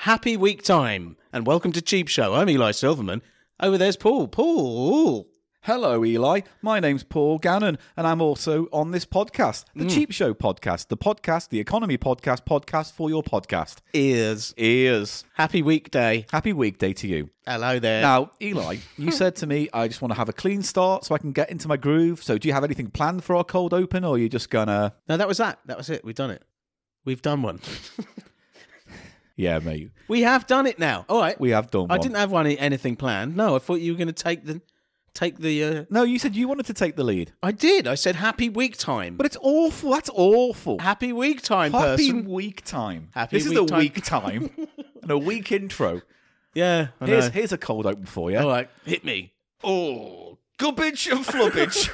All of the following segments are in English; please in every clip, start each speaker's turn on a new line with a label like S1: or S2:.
S1: Happy week time, and welcome to Cheap Show. I'm Eli Silverman. Over there's Paul. Paul.
S2: Hello, Eli. My name's Paul Gannon, and I'm also on this podcast, the
S1: Hmm.
S2: Cheap Show podcast, the podcast, the economy podcast, podcast for your podcast.
S1: Ears.
S2: Ears.
S1: Happy weekday.
S2: Happy weekday to you.
S1: Hello there.
S2: Now, Eli, you said to me, I just want to have a clean start so I can get into my groove. So, do you have anything planned for our cold open, or are you just gonna.
S1: No, that was that. That was it. We've done it. We've done one.
S2: Yeah, mate.
S1: we have done it now. All right.
S2: We have done
S1: I
S2: one.
S1: didn't have one anything planned. No, I thought you were going to take the take the. Uh...
S2: No, you said you wanted to take the lead.
S1: I did. I said happy week time.
S2: But it's awful. That's awful.
S1: happy week time,
S2: Happy
S1: person.
S2: week time.
S1: Happy
S2: this is
S1: week
S2: a
S1: time.
S2: week time and a week intro.
S1: Yeah. I
S2: Here's,
S1: know.
S2: here's a cold open for you.
S1: All right. Hit me.
S2: Oh, gubbage and flubbage.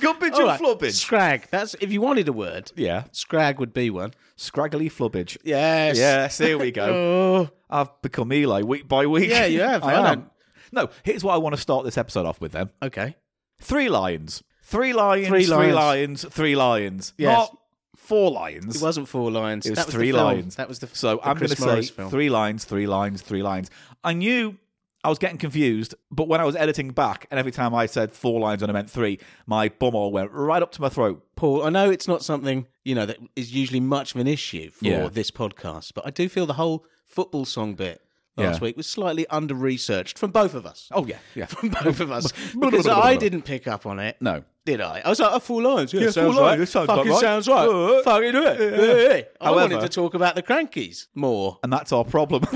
S2: gubbage
S1: All right.
S2: and flubbage.
S1: Scrag. That's if you wanted a word.
S2: Yeah.
S1: Scrag would be one.
S2: Scraggly flubbage.
S1: Yes.
S2: Yes, here we go.
S1: Oh.
S2: I've become Eli week by week.
S1: Yeah, you have.
S2: I,
S1: I
S2: am. No, here's what I want to start this episode off with then.
S1: Okay.
S2: Three lions. Three lions.
S1: Three
S2: Three lions. Three
S1: lions.
S2: lions.
S1: Yes.
S2: Not four lions.
S1: It wasn't four lions.
S2: It was
S1: that was
S2: three
S1: the film.
S2: lions.
S1: That was the.
S2: So
S1: the
S2: I'm going
S1: Chris
S2: to say
S1: Morris film.
S2: three lines, three lines, three lines. I knew I was getting confused, but when I was editing back, and every time I said four lines when I meant three, my bumhole went right up to my throat.
S1: Paul, I know it's not something you know that is usually much of an issue for
S2: Yeah.
S1: this podcast, but I do feel the whole football song bit last
S2: Yeah.
S1: week was slightly under researched from both of us.
S2: Oh yeah, yeah.
S1: From both of us, because I didn't pick up on it.
S2: No.
S1: Did I? I was like, oh, four lines. Yeah,
S2: Yeah,
S1: sounds
S2: four
S1: right.
S2: lines, that sounds
S1: Fucking
S2: about right.
S1: sounds right.
S2: Uh,
S1: Fucking do it. Yeah, yeah, yeah. I wanted
S2: However-
S1: to talk about the crankies more.
S2: And that's our problem.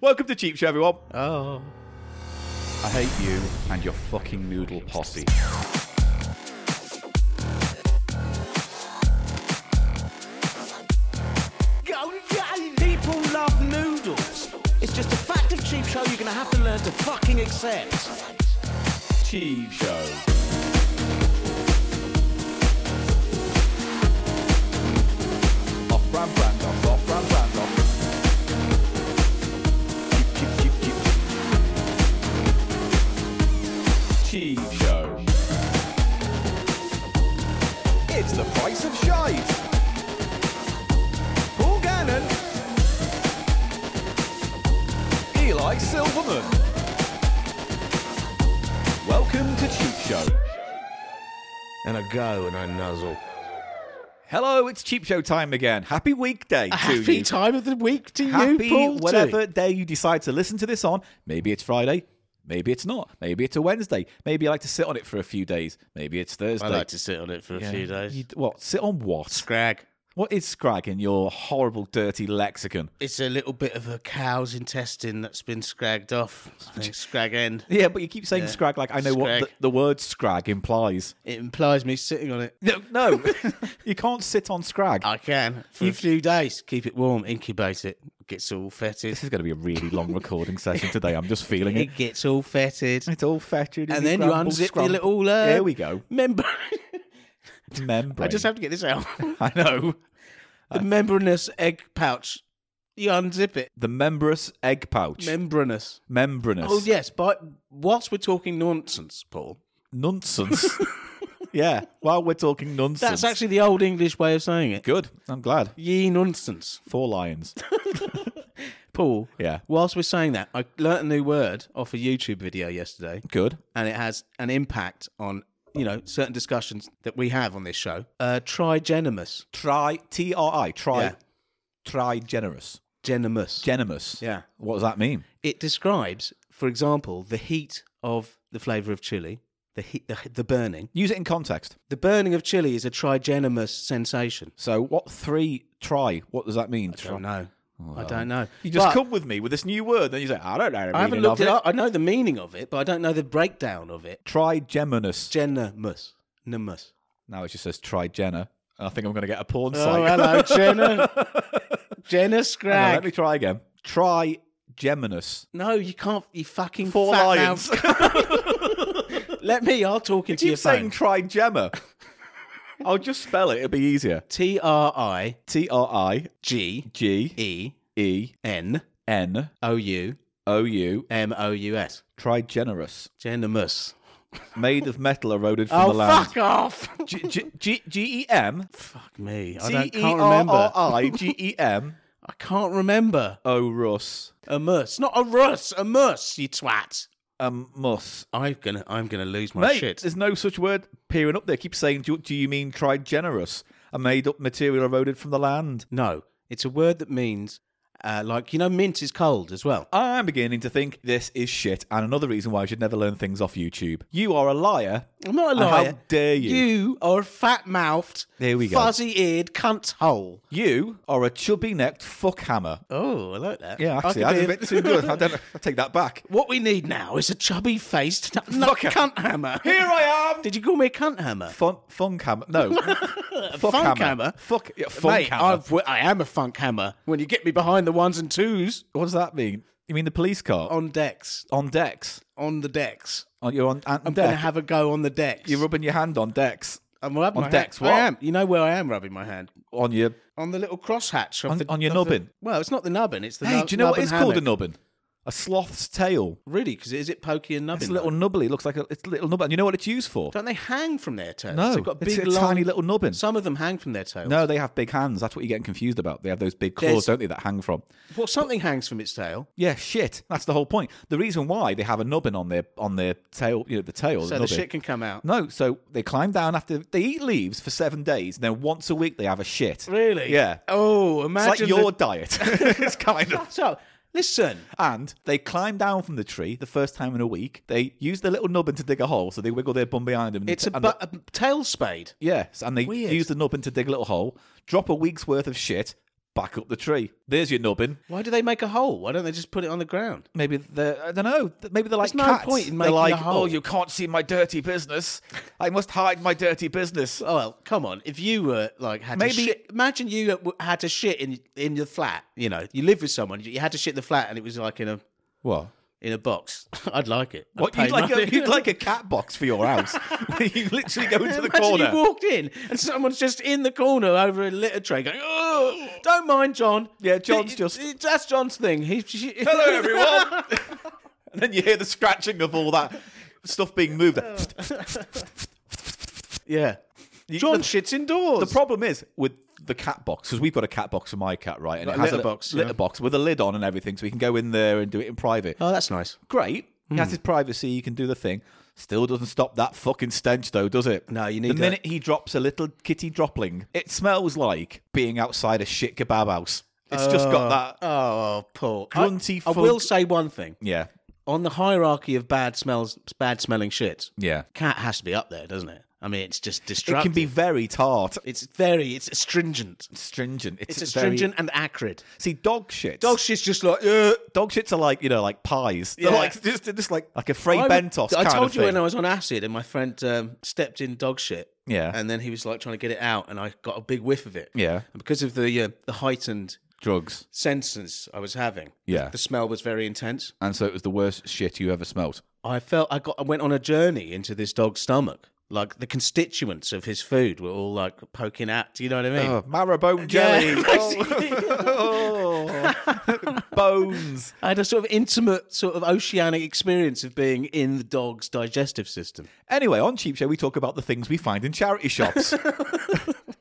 S2: Welcome to Cheap Show, everyone.
S1: Oh.
S2: I hate you and your fucking noodle posse.
S1: People love noodles. It's just a fact of cheap show you're going to have to learn to fucking accept.
S2: Cheap Show. Off brand, brand off, off brand, brand off. Cheap, cheap, cheap, cheap. Cheap Show. It's the price of shite. Paul Gannon. Eli Silverman. Welcome to Cheap Show.
S3: and I go and I nuzzle.
S2: Hello, it's Cheap Show time again. Happy weekday to
S1: Happy
S2: you.
S1: time of the week to
S2: Happy
S1: you, Paul. too.
S2: whatever day you decide to listen to this on. Maybe it's Friday. Maybe it's not. Maybe it's a Wednesday. Maybe I like to sit on it for a few days. Maybe it's Thursday.
S1: I like to sit on it for a few days.
S2: You- what? Sit on what?
S1: Scrag.
S2: What is scrag in your horrible, dirty lexicon?
S1: It's a little bit of a cow's intestine that's been scragged off. I think scrag end.
S2: Yeah, but you keep saying scrag like I know what
S1: Scrag.
S2: the, the word scrag implies.
S1: It implies me sitting on it.
S2: No, no, you can't sit on scrag.
S1: I can for a few days. Keep it warm, incubate it. Gets all fetid.
S2: This is going to be a really long recording session today. I'm just feeling it.
S1: It gets all fetid.
S2: It's all fetid.
S1: And then you unzip your little. Uh,
S2: There we go.
S1: Membrane.
S2: Membrane.
S1: I just have to get this out.
S2: I know.
S1: the membranous egg pouch. You unzip it.
S2: The membranous egg pouch.
S1: Membranous.
S2: membranous.
S1: Oh yes, but whilst we're talking nonsense, Paul,
S2: Nonsense. yeah. While we're talking nonsense.
S1: that's actually the old English way of saying it.
S2: good. I'm glad.
S1: Ye nonsense,
S2: Four lions.
S1: Paul.
S2: Yeah.
S1: Whilst we're saying that, I learnt a new word off a YouTube video yesterday,
S2: Good.
S1: and it has an impact on you know certain discussions that we have on this show. Uh, trigenomous,
S2: Try T R I. Try.
S1: Yeah.
S2: Try generous.
S1: genomous.
S2: Generous.
S1: yeah,
S2: What does that mean?
S1: it describes, for example, the heat of the flavour of chili, the heat, the, the burning.
S2: Use it in context.
S1: The burning of chili is a trigenomous sensation.
S2: So, what three try? What does that mean? Try.
S1: I don't know. I don't know.
S2: You just
S1: But-
S2: come with me with this new word, then you say, I don't know. the
S1: I haven't
S2: meaning
S1: looked
S2: of
S1: it up. I know the meaning of it, but I don't know the breakdown of it.
S2: Try Geminus.
S1: Genomous. Nomus.
S2: Now it just says try Jenna. And I think I'm going to get a porn
S1: Oh,
S2: site.
S1: hello, Jenna. Jenna
S2: Hang on, let
S1: Scrag.
S2: me try again. Try Geminus.
S1: No, you can't. You fucking
S2: Four
S1: fat
S2: lions.
S1: mouth. Let me. I'll talk into
S2: Keep
S1: your
S2: saying
S1: phone.
S2: try Gemma. I'll just spell it. It'll be easier.
S1: T R I
S2: T R I
S1: G
S2: G
S1: E
S2: E
S1: N
S2: N
S1: O U
S2: O U.
S1: M O U S.
S2: Try generous.
S1: Genomous.
S2: Made of metal eroded from
S1: Oh,
S2: the land.
S1: fuck off.
S2: G G G E M
S1: fuck me. I
S2: T
S1: don't,
S2: E
S1: can't
S2: R
S1: remember.
S2: R I G E M
S1: I can't remember.
S2: Oh, Russ.
S1: A muss. Not a russ, a muss, you twat.
S2: Um, muss.
S1: I'm gonna I'm gonna lose my
S2: Mate,
S1: Oh, shit.
S2: there's no such word peering up there. Keep saying, do, do you mean tried generous? A made up material eroded from the land.
S1: No. It's a word that means uh, like you know, mint is cold as well.
S2: I'm beginning to think this is shit, and another reason why I should never learn things off YouTube. You are a liar.
S1: I'm not a
S2: And
S1: liar.
S2: How dare you? you?
S1: You are a fat mouthed,
S2: There we go.
S1: fuzzy eared cunt hole.
S2: are a chubby necked fuck hammer.
S1: Oh, I like that.
S2: Yeah,
S1: I
S2: actually,
S1: could
S2: that's
S1: be
S2: a bit too good. I don't. I take that back.
S1: What we need now is a chubby faced nut, nut
S2: Fucker.
S1: cunt hammer.
S2: Here I am.
S1: Did you call me a cunt hammer?
S2: Fun, funk hammer. No. fuck
S1: funk
S2: hammer.
S1: hammer?
S2: Fuck. Yeah, funk
S1: Mate,
S2: hammer.
S1: I've, I am a funk hammer. When you get me behind the ones and twos
S2: What does that mean? Oh. You mean the police car on,
S1: on decks,
S2: decks?
S1: on the decks,
S2: On, you're on, on
S1: I'm going to
S2: deck.
S1: have a go on the decks.
S2: you're rubbing your hand on decks.
S1: I'm rubbing
S2: on
S1: my
S2: decks,
S1: Hand.
S2: what?
S1: I am. You know where I am rubbing my hand
S2: On your.
S1: on the little crosshatch of
S2: On-
S1: the,
S2: on your
S1: of the-
S2: nubbin?
S1: well, it's not the nubbin. It's the
S2: Hey,
S1: nu-
S2: do you know what
S1: nubbin
S2: is called a
S1: hammock.
S2: nubbin? A sloth's tail.
S1: Really? Because is it pokey and nubbin?
S2: It's a little nubbly. It looks like a it's a little nubbin. And you know what it's used for?
S1: Don't they hang from their tails?
S2: No,
S1: They've got
S2: it's
S1: big,
S2: a
S1: long-
S2: tiny little nubbin.
S1: Some of them hang from their tails.
S2: No, they have big hands. That's what you're getting confused about. They have those big claws,
S1: There's-
S2: don't they, that hang from?
S1: Well, something hangs from its tail.
S2: Yeah, shit. That's the whole point. The reason why they have a nubbin on their on their tail, you know, the tail.
S1: So the
S2: nubbin.
S1: shit can come out.
S2: No, so they climb down after they eat leaves for seven days. And then once a week they have a shit.
S1: Really?
S2: Yeah.
S1: Oh, imagine.
S2: it's like your diet. it's kind of.
S1: the- So, listen.
S2: And they climb down from the tree the first time in a week. They use their little nubbin to dig a hole, so they wiggle their bum behind them. and-
S1: It's a,
S2: and
S1: bu- a tail spade.
S2: Yes, and they
S1: Weird.
S2: use the nubbin to dig a little hole, drop a week's worth of shit, back up the tree. There's your nubbin.
S1: Why do they make a hole? Why don't they just put it on the ground?
S2: Maybe they're, I don't know, maybe they're like
S1: There's no
S2: cats.
S1: point in
S2: they're
S1: making
S2: like,
S1: a hole.
S2: oh, you can't see my dirty business. I must hide my dirty business.
S1: Oh well, come on. If you were like had
S2: Maybe-
S1: to shit, imagine you w- had to shit in in your flat. You know, you live with someone. You had to shit in the flat, and it was like in a
S2: What?
S1: in a box. I'd like it. I'd
S2: What,
S1: pay
S2: you'd, like
S1: money.
S2: a, you'd like a cat box for your house where you literally go into the
S1: Imagine
S2: corner.
S1: you walked in and someone's just in the corner over a litter tray going, oh, don't mind John.
S2: Yeah, John's
S1: It-
S2: just-
S1: it- That's John's thing. He, she,
S2: Hello, everyone. and then you hear the scratching of all that stuff being moved.
S1: Oh. yeah.
S2: You-
S1: John
S2: the-
S1: shits indoors.
S2: The problem is with the cat box because we've got a cat box for my cat, right? And
S1: Like
S2: it
S1: a
S2: has
S1: litter box,
S2: litter
S1: yeah.
S2: box with a lid on and everything, so he can go in there and do it in private.
S1: oh, Hmm. that's nice.
S2: Great, he has his privacy. He can do the thing. Still doesn't stop that fucking stench, though, does it?
S1: No, you need
S2: the
S1: a-
S2: minute he drops a little kitty dropling, it smells like being outside a shit kebab house. It's just got that.
S1: Oh, poor.
S2: Grunty
S1: I, I
S2: fog-
S1: will say one thing.
S2: Yeah,
S1: On the hierarchy of bad smells, bad smelling shit,
S2: yeah.
S1: cat has to be up there, doesn't it? I mean, it's just
S2: It
S1: destructive.
S2: can be very tart,
S1: It's very, it's astringent.
S2: stringent. It's,
S1: It's
S2: very-
S1: astringent and acrid.
S2: See, dog shit.
S1: Dog shit's just like, uh, yeah.
S2: dog shits are like you know like pies. They're
S1: Yeah.
S2: like just, just like like a Frey
S1: I would-
S2: Bentos.
S1: I
S2: kind
S1: told
S2: of
S1: you
S2: thing.
S1: when I was on acid and my friend um, stepped in dog shit.
S2: Yeah.
S1: And then he was like trying to get it out and I got a big whiff of it.
S2: Yeah.
S1: And because of the uh, the heightened
S2: drugs.
S1: senses I was having.
S2: Yeah.
S1: The smell was very intense.
S2: and so it was the worst shit you ever smelt.
S1: I felt I got I went on a journey into this dog's stomach. Like the constituents of his food were all like poking out. Do you know what I mean?
S2: Oh, marrow bone jelly, Oh. bones.
S1: I had a sort of intimate, sort of oceanic experience of being in the dog's digestive system.
S2: Anyway, on Cheap Show, we talk about the things we find in charity shops.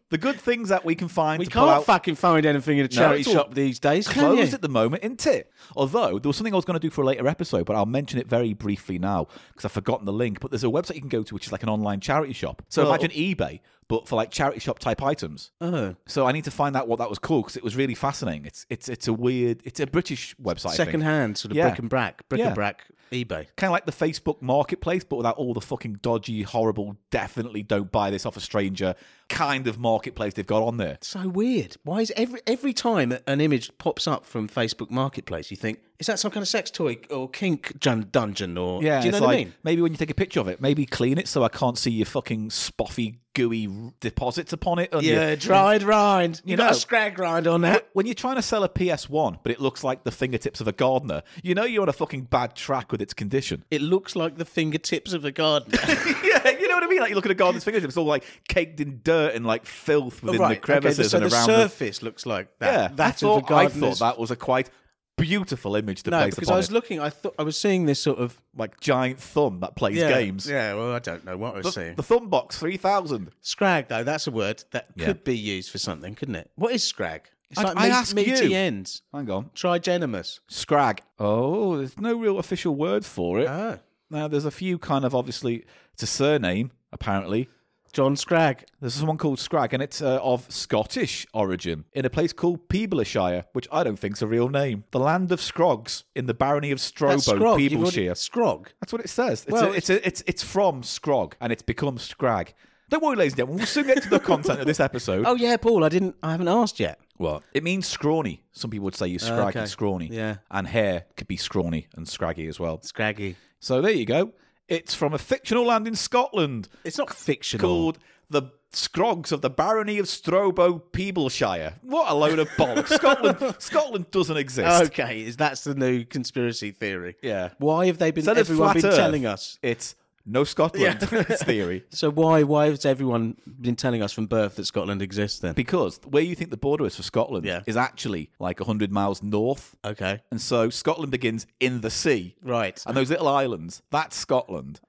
S2: the good things that we can find.
S1: We
S2: to pull
S1: can't
S2: out
S1: fucking find anything in a charity
S2: it's all
S1: shop these days, can you?
S2: closed at the moment in Tit. Although there was something I was going to do for a later episode, but I'll mention it very briefly now because I've forgotten the link. But there's a website you can go to which is like an online charity shop. So
S1: Well-
S2: imagine eBay, but for like charity shop type items.
S1: Oh.
S2: So I need to find out what that was called because it was really fascinating. It's it's it's a weird. It's a British website.
S1: second
S2: I think.
S1: hand sort of
S2: Yeah.
S1: brick and brack, brick
S2: Yeah.
S1: and brack eBay.
S2: Kind of like the Facebook marketplace, but without all the fucking dodgy, horrible, definitely don't buy this off a stranger kind of marketplace they've got on there.
S1: So weird. Why is every every time an image pops up from Facebook Marketplace, you think is that some kind of sex toy or kink dun- dungeon or
S2: Yeah,
S1: do you know
S2: it's
S1: what
S2: like,
S1: I mean?
S2: Maybe when you take a picture of it, maybe clean it so I can't see your fucking spoffy, gooey r- deposits upon it. and
S1: Yeah,
S2: your-
S1: dried rind. You,
S2: You
S1: got
S2: know.
S1: a scrag rind on that.
S2: When you're trying to sell a PS1, but it looks like the fingertips of a gardener, you know you're on a fucking bad track with its condition.
S1: It looks like the fingertips of a gardener.
S2: yeah, you know what I mean? Like you look at a gardener's fingertips, it's all like caked in dirt and like filth within the crevices
S1: Oh, okay, so
S2: and
S1: the
S2: around
S1: surface looks like
S2: the,
S1: that.
S2: yeah,
S1: that
S2: I thought,
S1: of a
S2: I
S1: gardener's.
S2: thought that was a quite beautiful image to
S1: no,
S2: place
S1: because
S2: upon
S1: I was
S2: it.
S1: looking. I thought I was seeing this sort of
S2: like giant thumb that plays
S1: yeah,
S2: games.
S1: Yeah, well, I don't know what I was
S2: The,
S1: seeing.
S2: the thumb box 3000.
S1: Scrag, though, that's a word that
S2: Yeah.
S1: could be used for something, couldn't it? What is scrag? It's
S2: I-
S1: like
S2: I
S1: meat-
S2: ask
S1: meaty
S2: you.
S1: ends.
S2: Hang on.
S1: Trigeminous.
S2: Scrag. Oh, there's no real official word for it.
S1: Ah.
S2: Now, there's a few kind of obviously, it's a surname, apparently.
S1: John Scragg.
S2: There's someone called Scrag, and it's uh, of Scottish origin in a place called Peebleshire, which I don't think's a real name. The land of Scroggs in the barony of Strobo,
S1: That's Scrog. You've already-
S2: Peebleshire.
S1: Scrog.
S2: That's what it says. It's,
S1: Well,
S2: a, it's, a, it's, it's from Scrog, and it's become Scrag. Don't worry, ladies and gentlemen, we'll soon get to the content of this episode.
S1: Oh yeah, Paul. I didn't. I haven't asked yet.
S2: What? It means scrawny. Some people would say you're scraggy,
S1: okay.
S2: scrawny.
S1: Yeah.
S2: And hair could be scrawny and scraggy as well.
S1: Scraggy.
S2: So there you go. It's from a fictional land in Scotland
S1: It's not fictional.
S2: called the Scroggs of the Barony of Strobo, Peebleshire. What a load of bollocks. Scotland Scotland doesn't exist.
S1: Okay, is that's the new conspiracy theory?
S2: Yeah.
S1: Why have they been?
S2: Instead of
S1: everyone
S2: flat
S1: been
S2: Earth,
S1: telling us.
S2: It's no Scotland. it's theory.
S1: So why why has everyone been telling us from birth that Scotland exists then?
S2: Because where you think the border is for Scotland
S1: Yeah.
S2: is actually like 100 miles north.
S1: okay,
S2: And so Scotland begins in the sea.
S1: right.
S2: And those little islands, that's Scotland.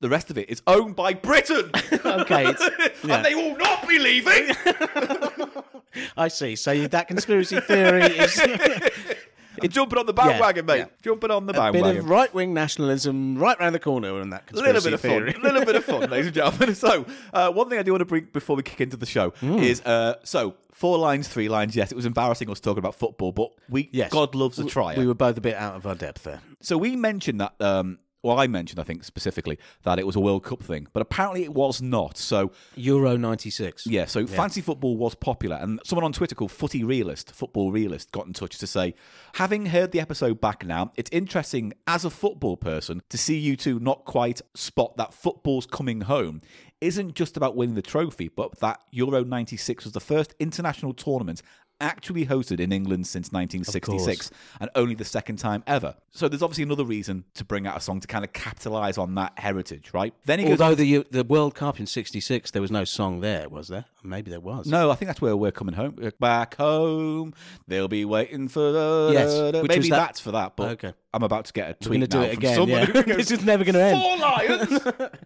S2: The rest of it is owned by Britain.
S1: Okay, it's- yeah.
S2: And they will not be leaving.
S1: I see. So that conspiracy theory is a
S2: You're jumping on the bandwagon, mate.
S1: yeah.
S2: Jumping on the
S1: bit
S2: bandwagon.
S1: of right wing nationalism right round the corner on that
S2: a
S1: conspiracy
S2: little bit of
S1: theory.
S2: fun, a little bit of fun, ladies and gentlemen. So, uh, one thing I do want to bring before we kick into the show
S1: Hmm.
S2: is uh, so four lines, three lines. Yes, it was embarrassing us talking about football, but we
S1: Yes.
S2: God loves a tryer.
S1: We were both a bit out of our depth there.
S2: So we mentioned that. Um, well, I mentioned, I think specifically, that it was a World Cup thing, but apparently it was not. So
S1: Euro ninety six.
S2: Yeah, so fancy football was popular, and someone on Twitter called Footy Realist, Football Realist, got in touch to say, having heard the episode back now, it's interesting as a football person to see you two not quite spot that football's coming home isn't just about winning the trophy, but that Euro 96 was the first international tournament actually hosted in England since 1966 and only the second time ever. So there's obviously another reason to bring out a song to kind of capitalize on that heritage, right? Then he goes
S1: Although the the World Cup in '66, there was no song there, was there? Maybe there was.
S2: No, I think that's where we're coming home. We're Back home, they'll be waiting for the.
S1: Yes, which
S2: maybe
S1: was that-
S2: that's for that. But
S1: Okay.
S2: I'm about to get a
S1: we're going to
S2: tweet
S1: do
S2: now
S1: it
S2: from
S1: again.
S2: someone
S1: Yeah.
S2: who goes,
S1: this is never going to end.
S2: Four lions.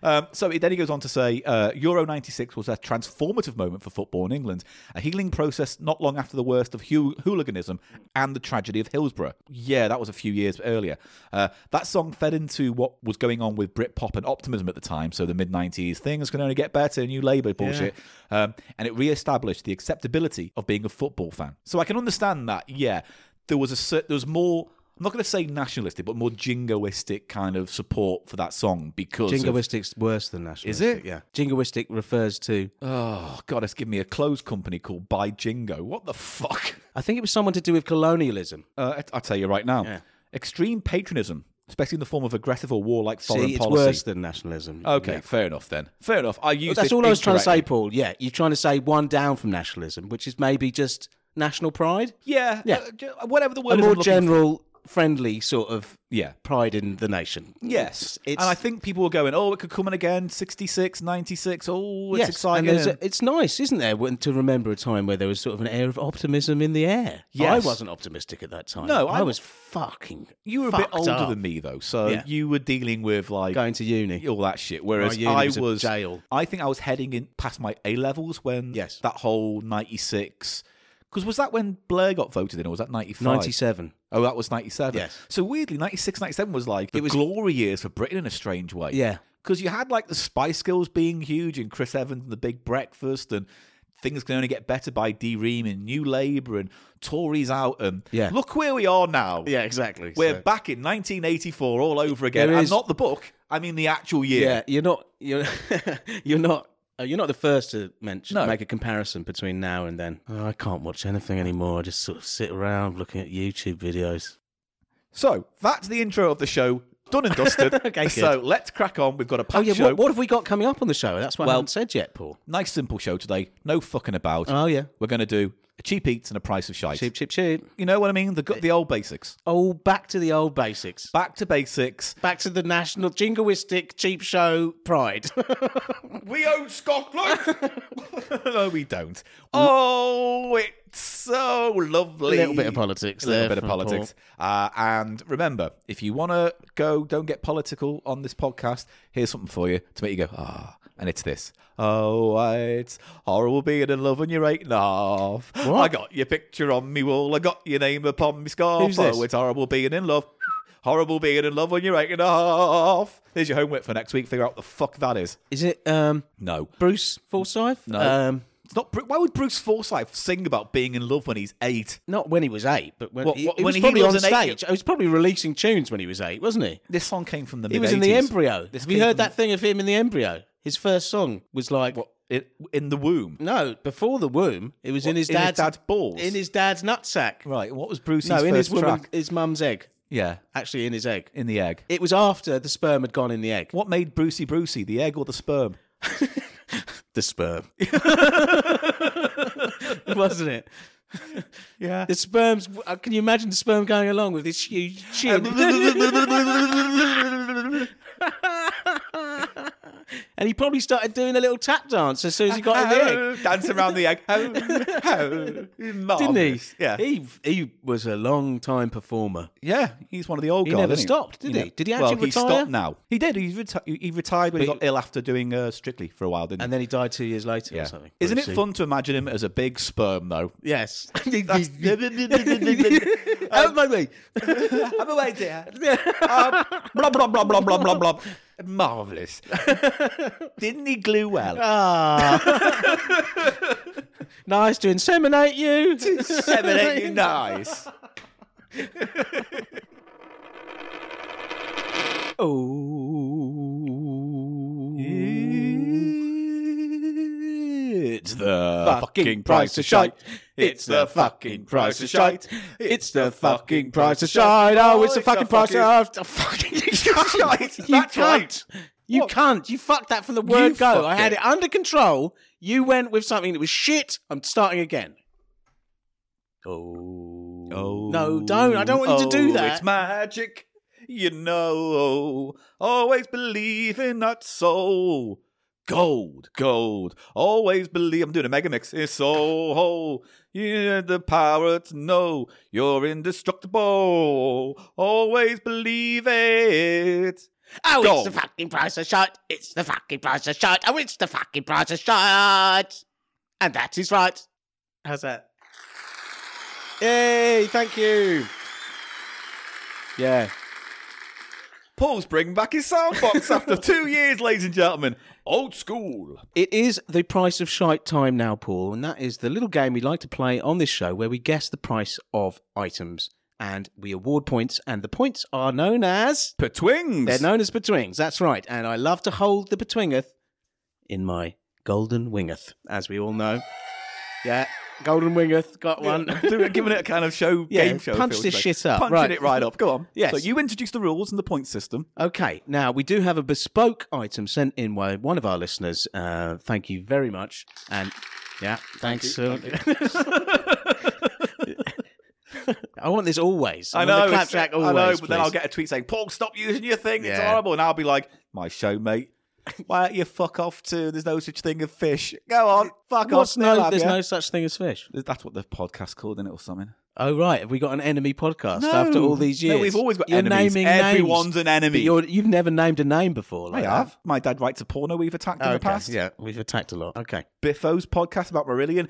S2: Um, so it- then he goes on to say uh, Euro 96 was a transformative moment for football in England, a healing process not long after the worst of hu- hooliganism and the tragedy of Hillsborough. Yeah, that was a few years earlier. Uh, that song fed into what was going on with Britpop and optimism at the time, so the mid 90s, things can only get better, new Labour bullshit. Um, and it re established the acceptability of being a football fan. So I can understand that, yeah. There was a cer- there was more. I'm not going to say nationalistic, but more jingoistic kind of support for that song because of-
S1: Jingoistic's worse than nationalistic.
S2: it?
S1: Yeah. Jingoistic refers to.
S2: Oh God, it's given me a clothes company called Buy Jingo. What the fuck?
S1: I think it was someone to do with colonialism.
S2: Uh, I- I'll tell you right now.
S1: Yeah.
S2: Extreme patronism, especially in the form of aggressive or warlike foreign
S1: See, it's
S2: policy.
S1: worse than nationalism.
S2: Okay,
S1: Yeah.
S2: fair enough then. Fair enough. I used
S1: That's
S2: it
S1: all I was trying to say,
S2: incorrectly.
S1: Paul. Yeah, you're trying to say one down from nationalism, which is maybe just national pride,
S2: Yeah,
S1: Yeah.
S2: uh, ju- whatever the
S1: a
S2: word is
S1: more
S2: I'm looking for.
S1: general, friendly sort of
S2: Yeah.
S1: pride in the nation.
S2: Yes,
S1: it's,
S2: and I think people were going, "Oh, it could come in again." 66, 96, Oh, it's
S1: yes,
S2: exciting.
S1: And there's a- it's nice, isn't there, when, to remember a time where there was sort of an air of optimism in the air.
S2: Yes.
S1: I wasn't optimistic at that time.
S2: No,
S1: I,
S2: I-
S1: was fucking.
S2: you were a bit
S1: fucked
S2: older
S1: up
S2: than me though, so
S1: Yeah.
S2: you were dealing with like
S1: going to uni.
S2: all that shit. Whereas
S1: uni
S2: I
S1: was a
S2: was
S1: jail.
S2: I think I was heading in past my A levels when
S1: Yes.
S2: that whole ninety six. Because was that when Blair got voted in, or was that ninety five?
S1: 97.
S2: Oh, that was ninety seven.
S1: Yes.
S2: So weirdly, 96, 97 was like the
S1: It was-
S2: glory years for Britain in a strange way.
S1: Yeah.
S2: Because you had like the Spice Girls being huge, and Chris Evans and the Big Breakfast, and. Things can only get better by D Ream and New Labour and Tories out and
S1: Yeah.
S2: look where we are now.
S1: Yeah, exactly.
S2: We're
S1: So-
S2: back in 1984 all over again,
S1: There
S2: and
S1: is-
S2: not the book. I mean the actual year.
S1: Yeah, you're not you're you're not uh, you're not the first to mention
S2: No.
S1: make a comparison between now and then. Oh, I can't watch anything anymore. I just sort of sit around looking at YouTube videos.
S2: So that's the intro of the show, done and dusted.
S1: Okay,
S2: so let's crack on. We've got a packed
S1: Oh yeah,
S2: show.
S1: what, what have we got coming up on the show? That's what I haven't said yet, Paul.
S2: Nice simple show today. No fucking about.
S1: Oh yeah,
S2: We're going to do a cheap eats and a price of shite.
S1: cheap, cheap, cheap.
S2: You know what I mean? The gu- the old basics.
S1: Oh, back to the old basics.
S2: Back to basics.
S1: Back to the national jingoistic cheap show pride.
S2: We own Scotland. no, we don't. Oh, it's so
S1: a
S2: lovely.
S1: little bit of politics.
S2: A little bit of politics. Uh, and remember, if you want to go, don't get political on this podcast. Here's something for you to make you go, ah, and it's this. Oh, it's horrible being in love when you're eight and a half. I got your picture on me wall. I got your name upon me scarf.
S1: Who's this?
S2: Oh, it's horrible being in love. horrible being in love when you're eight and a half. There's your homework for next week. Figure out what the fuck that is.
S1: Is it um,
S2: No.
S1: Bruce Forsyth? No. Um,
S2: It's not. Bru- Why would Bruce Forsyth sing about being in love when he's eight?
S1: not when he was eight, but when,
S2: What-
S1: he,
S2: what-
S1: he
S2: when
S1: was
S2: he
S1: probably
S2: was
S1: on
S2: an eight-
S1: stage. He was probably releasing tunes when he was eight, wasn't he?
S2: This song came from the.
S1: He was in the
S2: mid-eighties.
S1: embryo.
S2: This
S1: Have you
S2: came
S1: heard
S2: from-
S1: that thing of him in the embryo? His first song was like
S2: It, in the womb.
S1: no, before the womb. It was in his
S2: in his
S1: dad's
S2: dad's balls?
S1: in his dad's nutsack.
S2: Right. What was Bruce's
S1: No,
S2: first
S1: in his
S2: track?
S1: woman, his mum's egg.
S2: Yeah,
S1: Actually, in his egg.
S2: in the egg.
S1: It was after the sperm had gone in the egg.
S2: What made Brucey Brucey, the egg or the sperm?
S1: The sperm, wasn't it?
S2: Yeah.
S1: The sperm's. uh, Can you imagine the sperm going along with this huge chin?
S2: Uh,
S1: and he probably started doing a little tap dance as soon as he got in the egg.
S2: Dance around the egg. Didn't
S1: Didn't he?
S2: Yeah.
S1: He he was a long time performer.
S2: yeah, he's one of the old
S1: He
S2: guys.
S1: never
S2: isn't
S1: stopped, did he?
S2: ne-
S1: Did he
S2: well,
S1: actually
S2: he
S1: retire?
S2: stopped now. He did. He, reti- he retired when he
S1: But-
S2: got ill after doing uh, Strictly for a while, didn't he?
S1: And then he died two years later
S2: yeah.
S1: or something.
S2: Isn't
S1: Brucey.
S2: it fun to imagine him as a big sperm, though?
S1: Yes.
S2: That's-
S1: Out of my way.
S2: I'm away,
S1: eh?
S2: dear. um, blah, blah, blah, blah, blah, blah, blah. Marvellous. Didn't he glue well?
S1: Ah. Nice to inseminate you.
S2: Seven, eight, you nice.
S1: oh.
S2: It's the
S1: fucking price of shite. It's the fucking price of shite. It's the fucking price of shite. Oh, it's the fucking price of oh, fucking shite. You
S2: That's right.
S1: can't. You
S2: What?
S1: can't. You fucked that from the word go.
S2: fucked
S1: I had
S2: it.
S1: it under control. You went with something that was shit. I'm starting again. Oh.
S2: Oh.
S1: No, don't. I don't want you to do
S2: Oh,
S1: that.
S2: It's magic, you know. Always believe in that soul. Gold, gold. Always believe. I'm doing a mega mix. It's so whole. Yeah, the power to know you're indestructible. Always believe it.
S1: Oh,
S2: Go.
S1: it's the fucking price of shite. It's the fucking price of shite. Oh, it's the fucking price of shite. And that is right. How's that? Yay, thank you. Yeah.
S2: Paul's bringing back his soundbox after two years, ladies and gentlemen. Old school.
S1: It is the price of shite time now, Paul, and that is the little game we like to play on this show where we guess the price of items and we award points, and the points are known as.
S2: Petwings.
S1: They're known as betwings, that's right. And I love to hold the betwingeth in my golden wingeth, as we all know. Yeah, golden wingeth, got one.
S2: Doing- giving it a kind of show
S1: Yeah,
S2: game show.
S1: punch
S2: feel
S1: this
S2: today.
S1: shit up,
S2: Punching
S1: right.
S2: it right up. Go on.
S1: Yes.
S2: So you introduced the rules and the point system.
S1: okay, now we do have a bespoke item sent in by one of our listeners. Uh, thank you very much. And yeah, thanks. uh, I want this always. I, want the
S2: it's-
S1: clapjack
S2: I
S1: always.
S2: know, but then I'll
S1: please.
S2: get a tweet saying, "Paul, stop using your thing. It's
S1: Yeah.
S2: horrible." And I'll be like, "My show, mate. Why don't you fuck off too? There's no such thing as fish. Go on, fuck
S1: What's
S2: off. they'll
S1: no,
S2: have
S1: there's
S2: ya."
S1: no such thing as fish.
S2: That's what the podcast called, is it, or something?
S1: Oh right, have we got an enemy podcast after all these years?
S2: no, we've always got
S1: You're
S2: enemies.
S1: naming names.
S2: Everyone's an enemy.
S1: But you're, you've never named a name before.
S2: I
S1: Like
S2: have. My dad writes a porno we've attacked
S1: that.
S2: in the
S1: Okay,
S2: past.
S1: Yeah, we've attacked a lot. Okay.
S2: Biffo's podcast about Marillion.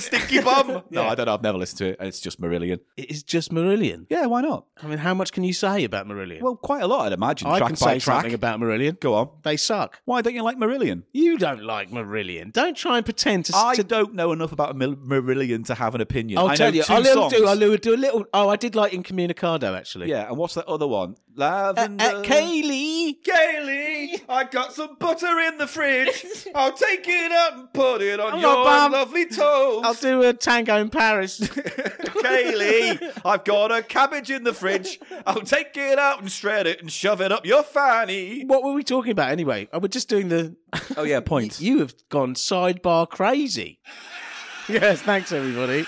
S2: stinky bum. No, I don't know. I've never listened to it. It's just Marillion.
S1: It is just Marillion.
S2: Yeah, why not?
S1: I mean, how much can you say about Marillion?
S2: Well, quite a lot, I'd imagine.
S1: I
S2: track
S1: can
S2: by
S1: say
S2: track.
S1: something about Marillion.
S2: Go on.
S1: They suck.
S2: Why don't you like Marillion?
S1: You don't like Marillion. Don't try and pretend to.
S2: I
S1: to
S2: don't know enough about Mil- Marillion to have an opinion.
S1: I'll
S2: I
S1: tell
S2: know
S1: you.
S2: 2
S1: I'll
S2: songs.
S1: do. I'll do a little. Oh, I did like Incommunicado actually.
S2: Yeah, and what's that other one?
S1: Uh,
S2: Lavender.
S1: uh, Kaylee.
S2: Kaylee, I got some butter in the fridge. I'll take it up and put it on
S1: I'm
S2: your
S1: not bum.
S2: lovely toast.
S1: um, I'll do a tango in Paris.
S2: Kaylee, I've got a cabbage in the fridge. I'll take it out and shred it and shove it up your fanny.
S1: what were we talking about anyway? Oh, we're just doing the.
S2: Oh yeah, points.
S1: You have gone sidebar crazy. yes, thanks everybody.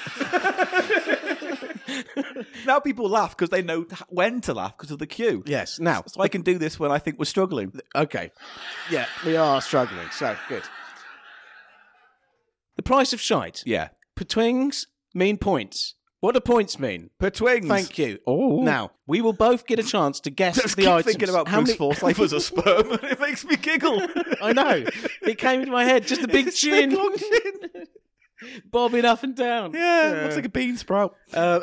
S2: now people laugh because they know when to laugh because of the cue.
S1: Yes. Now,
S2: So I can do this when I think we're struggling.
S1: okay. Yeah, we are struggling. So good. The price of shite.
S2: Yeah.
S1: Betwings mean points. What do points mean?
S2: Petwings.
S1: Thank you.
S2: Oh.
S1: Now, we will both get a chance to guess
S2: Just
S1: the
S2: keep
S1: items.
S2: thinking about
S1: How
S2: Bruce
S1: many-
S2: Forsyth as a sperm, and it makes me giggle.
S1: I know. It came into my head. Just a big
S2: It's a big
S1: chin
S2: long chin.
S1: bobbing up and down.
S2: Yeah, it looks like a bean sprout.
S1: Um,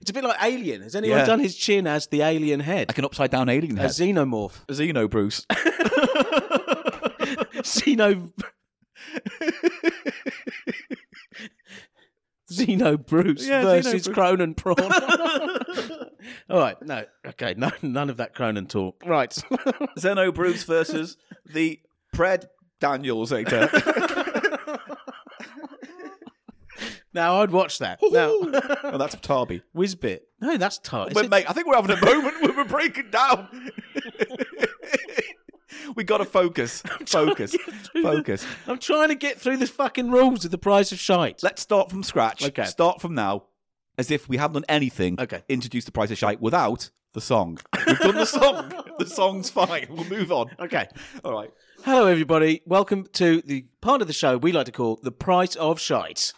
S1: it's a bit like Alien. Has anyone
S2: Yeah.
S1: done his chin as the alien head?
S2: Like an upside down alien
S1: A
S2: head.
S1: xenomorph.
S2: Xeno Bruce.
S1: Xeno. Xeno Bruce
S2: Yeah, Xeno
S1: versus
S2: Bruce.
S1: Cronin Prawn. All right, no, okay, no, none of that Cronin talk. Right,
S2: Xeno Bruce versus the Pred Daniels actor.
S1: now I'd watch that. now,
S2: oh, that's Tarby.
S1: Whizbit. No, that's tight.
S2: But, mate, I think we're having a moment where we're breaking down. we got to focus. Focus. Focus.
S1: I'm trying to get through the fucking rules of the price of shite.
S2: Let's start from scratch.
S1: Okay.
S2: Start from now, as if we haven't done anything.
S1: Okay.
S2: Introduce the price of shite without the song. We've done the song. the song's fine. We'll move on.
S1: okay.
S2: All right.
S1: Hello, everybody. Welcome to the part of the show we like to call The Price of Shite.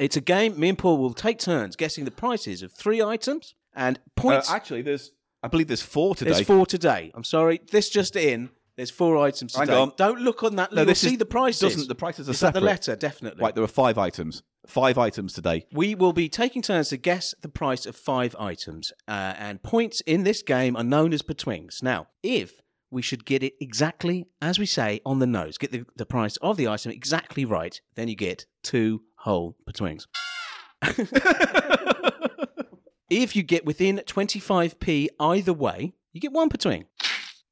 S1: It's a game me and Paul will take turns guessing the prices of three items and
S2: Uh,
S1: points.
S2: actually, there's, I believe there's four today.
S1: there's four today. I'm sorry. This just in. There's four items
S2: Hang
S1: today.
S2: on.
S1: Don't look on that.
S2: No,
S1: You'll
S2: this
S1: see
S2: is-
S1: the prices.
S2: doesn't- the prices are
S1: It's at the
S2: separate.
S1: letter, definitely.
S2: Right, there are five items. Five items today.
S1: We will be taking turns to guess the price of five items, uh, and points in this game are known as betwings. Now, if we should get it exactly as we say on the nose, get the, the price of the item exactly right, then you get two whole betwings. if you get within 25p either way, you get one betwing.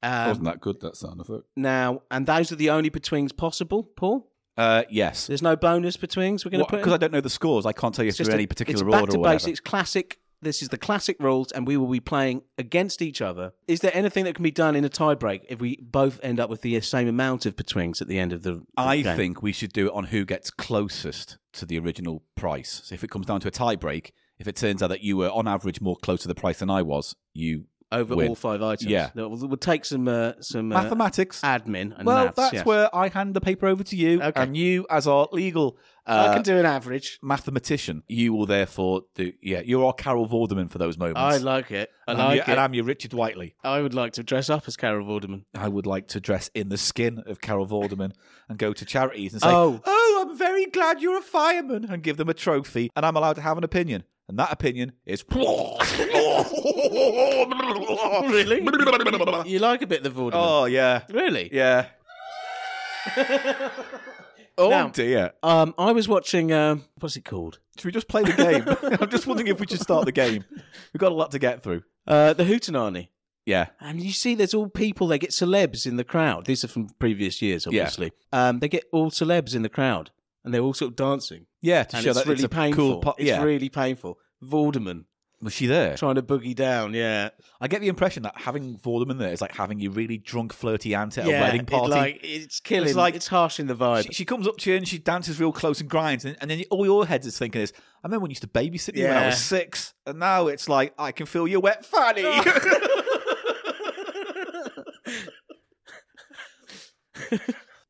S1: Um,
S2: Wasn't that good, that sound effect?
S1: now, and those are the only betwings possible, Paul.
S2: Uh, yes.
S1: There's no bonus betwings we're going to put in?
S2: Because I don't know the scores, I can't tell you if
S1: It's
S2: they're
S1: just
S2: in any
S1: a-
S2: particular
S1: it's
S2: order
S1: back to
S2: or whatever.
S1: basics classic this is the classic rules and we will be playing against each other is there anything that can be done in a tiebreak if we both end up with the same amount of betwings at the end of the, the
S2: I
S1: game?
S2: think we should do it on who gets closest to the original price. So if it comes down to a tie break, if it turns out that you were on average more close to the price than I was, you
S1: over
S2: win.
S1: all five items
S2: Yeah.
S1: That will- we'll take some uh, some uh,
S2: mathematics.
S1: admin and
S2: well,
S1: maths,
S2: that's
S1: yes.
S2: where I hand the paper over to you,
S1: Okay.
S2: and you, as our legal
S1: I
S2: uh,
S1: can do an average
S2: mathematician, you will therefore do. Yeah, you're our Carol Vorderman for those moments.
S1: I like it I
S2: and, I'm
S1: like
S2: your,
S1: it
S2: and I'm your Richard Whiteley.
S1: I would like to dress up as Carol Vorderman
S2: I would like to dress in the skin of Carol Vorderman and go to charities and say,
S1: Oh.
S2: oh, I'm very glad you're a fireman, and give them a trophy, and I'm allowed to have an opinion. And that opinion is.
S1: really you like a bit of the Vorderman
S2: oh, yeah.
S1: really
S2: Yeah. oh,
S1: Now-
S2: dear.
S1: um I was watching um what's it called
S2: Should we just play the game? I'm just wondering if we should start the game. We've got a lot to get through.
S1: uh the Hootenanny
S2: Yeah.
S1: And you see, there's all people. They get celebs in the crowd. These are from previous years,
S2: Yeah.
S1: obviously. Um, they get all celebs in the crowd, and they're all sort of dancing.
S2: Yeah, to
S1: and
S2: show
S1: it's
S2: that
S1: really
S2: it's a
S1: painful.
S2: cool part.
S1: It's
S2: Yeah.
S1: really painful. Vorderman
S2: Was she there?
S1: trying to boogie down. Yeah,
S2: I get the impression that having Vorderman there is like having your really drunk, flirty aunt at
S1: yeah.
S2: a wedding
S1: it,
S2: party.
S1: like it's killing.
S2: It's
S1: It's
S2: like-
S1: like it's harshing the vibe.
S2: She, she comes up to you and she dances real close and grinds, and, and then all your heads is thinking is, I remember when you used to babysit me when I
S1: Yeah. Ah.
S2: was six, and now it's like I can feel your wet fanny.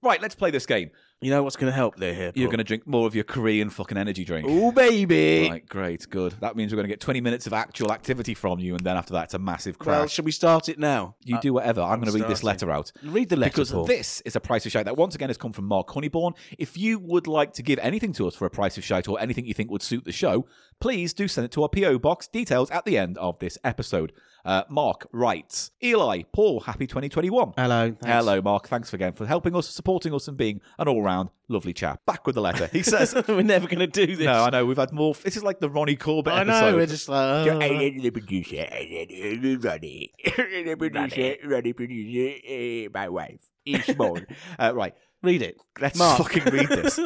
S2: right, let's play this game.
S1: you know what's going to help there? Here,
S2: You're going to drink more of your Korean fucking energy drink.
S1: Oh baby.
S2: Right, great, good. That means we're going to get 20 minutes of actual activity from you, and then after that, it's a massive crash.
S1: Well, should we start it now?
S2: you do whatever. I'm going to read this
S1: starting.
S2: letter out.
S1: Read the letter.
S2: Because
S1: Paul.
S2: this is a price of shite that once again has come from Mark Honeyborn. If you would like to give anything to us for a price of shite or anything you think would suit the show, please do send it to our PO box. Details at the end of this episode. Uh, Mark writes, Eli, Paul, happy 2021.
S1: Hello. thanks.
S2: Hello, Mark. Thanks again for helping us, supporting us, and being an all-round lovely chap. Back with the letter. He says,
S1: We're never going to do this.
S2: "No, I know we've had more. This is like the Ronnie Corbett
S1: I know.
S2: episode.
S1: We're just like.
S3: I
S1: oh.
S3: did the producer, I did Ronnie. the producer, Ronnie producer, eh, my wife. Is small.
S2: Uh, right,
S1: Read it.
S2: let's
S1: Mark.
S2: fucking read this."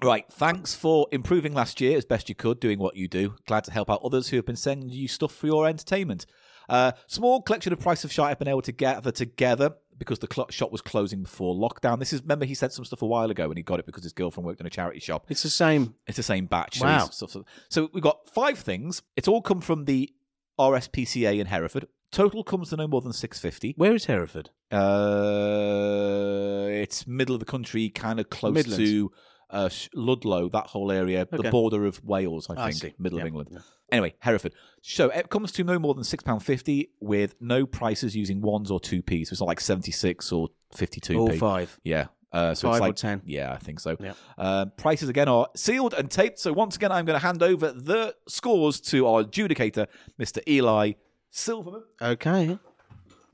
S2: Right, thanks for improving last year as best you could, doing what you do. Glad to help out others who have been sending you stuff for your entertainment. Uh, small collection of price of shite I've been able to gather together because the cl- shop was closing before lockdown. This is remember he sent some stuff a while ago and he got it because his girlfriend worked in a charity shop.
S1: It's the same.
S2: It's the same batch. so
S1: Wow.
S2: he's- So, so- so we've got five things. It's all come from the RSPCA in Hereford. Total comes to no more than six fifty.
S1: Where is Hereford?
S2: Uh, it's middle of the country, kind of close
S1: Midlands.
S2: to uh, Sh- Ludlow, that whole area, the
S1: Okay.
S2: border of Wales, I think,
S1: I see.
S2: middle of
S1: Yeah.
S2: England. Anyway, Hereford. So it comes to no more than six pound fifty, with no prices using ones or two p. So it's not like seventy six or fifty two
S1: All
S2: p.
S1: five.
S2: Yeah. Uh, so
S1: Oh, Five
S2: it's
S1: or
S2: like,
S1: ten.
S2: Yeah, I think so.
S1: Yeah.
S2: Um, prices again are sealed and taped. So once again, I'm going to hand over the scores to our adjudicator, Mr. Eli Silverman.
S1: Okay.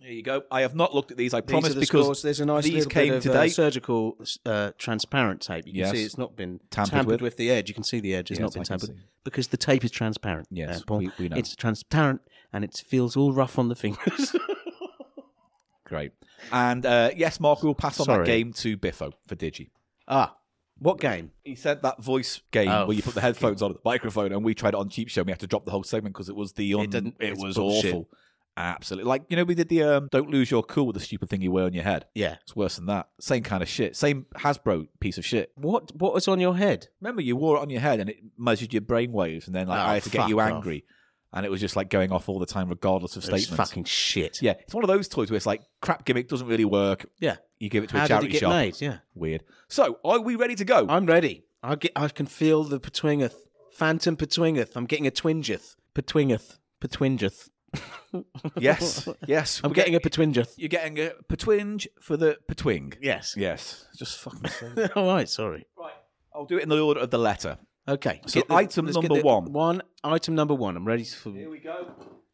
S2: There you go. I have not looked at these. I
S1: These
S2: promise
S1: are the
S2: because
S1: scores. There's a nice
S2: these
S1: little
S2: came
S1: bit of
S2: today.
S1: uh, surgical uh, transparent tape. You can
S2: Yes.
S1: see it's not been
S2: Tampered
S1: tampered,
S2: with.
S1: with. the edge. You can see the edge. It's
S2: Yes,
S1: not been
S2: I can
S1: tampered
S2: see.
S1: because the tape is transparent.
S2: Yes,
S1: uh, Paul.
S2: we- we know.
S1: It's transparent and it feels all rough on the fingers.
S2: great. And uh, yes, Mark, we will pass on
S1: Sorry.
S2: that game to Biffo for Digi.
S1: ah, what game?
S2: He sent that voice game
S1: Oh,
S2: where you put the headphones on at the microphone, and we tried it on Cheap Show. and We had to drop the whole segment because it was the un-
S1: didn't-
S2: It
S1: it's
S2: was
S1: bullshit.
S2: awful. Absolutely, like you know, we did the um, "Don't lose your cool" with the stupid thing you wear on your head.
S1: Yeah.
S2: It's worse than that. Same kind of shit. Same Hasbro piece of shit.
S1: What What was on your head?
S2: Remember, you wore it on your head and it measured your brain waves, and then like
S1: Oh,
S2: I had to get
S1: fuck
S2: you
S1: off.
S2: angry, and it was just like going off all the time, regardless of
S1: It was
S2: statements.
S1: fucking shit.
S2: Yeah, it's one of those toys where it's like crap gimmick doesn't really work.
S1: Yeah.
S2: You give it to
S1: How
S2: a
S1: did
S2: charity
S1: it get
S2: shop.
S1: made? Yeah.
S2: Weird. So, are we ready to go?
S1: I'm ready. I get. I can feel the petwingeth, phantom petwingeth. I'm getting a twingeth, petwingeth, petwingeth.
S2: yes, yes.
S1: I'm
S2: We're
S1: getting a petwingeth.
S2: You're getting a petwinge for the petwing.
S1: Yes.
S2: Yes. Just fucking. say it.
S1: all right. Sorry.
S2: I'll do it in the order of the letter.
S1: Okay.
S2: So
S1: get
S2: item
S1: let's get
S2: number
S1: the-
S2: one.
S1: One item number one. I'm ready for
S2: we go.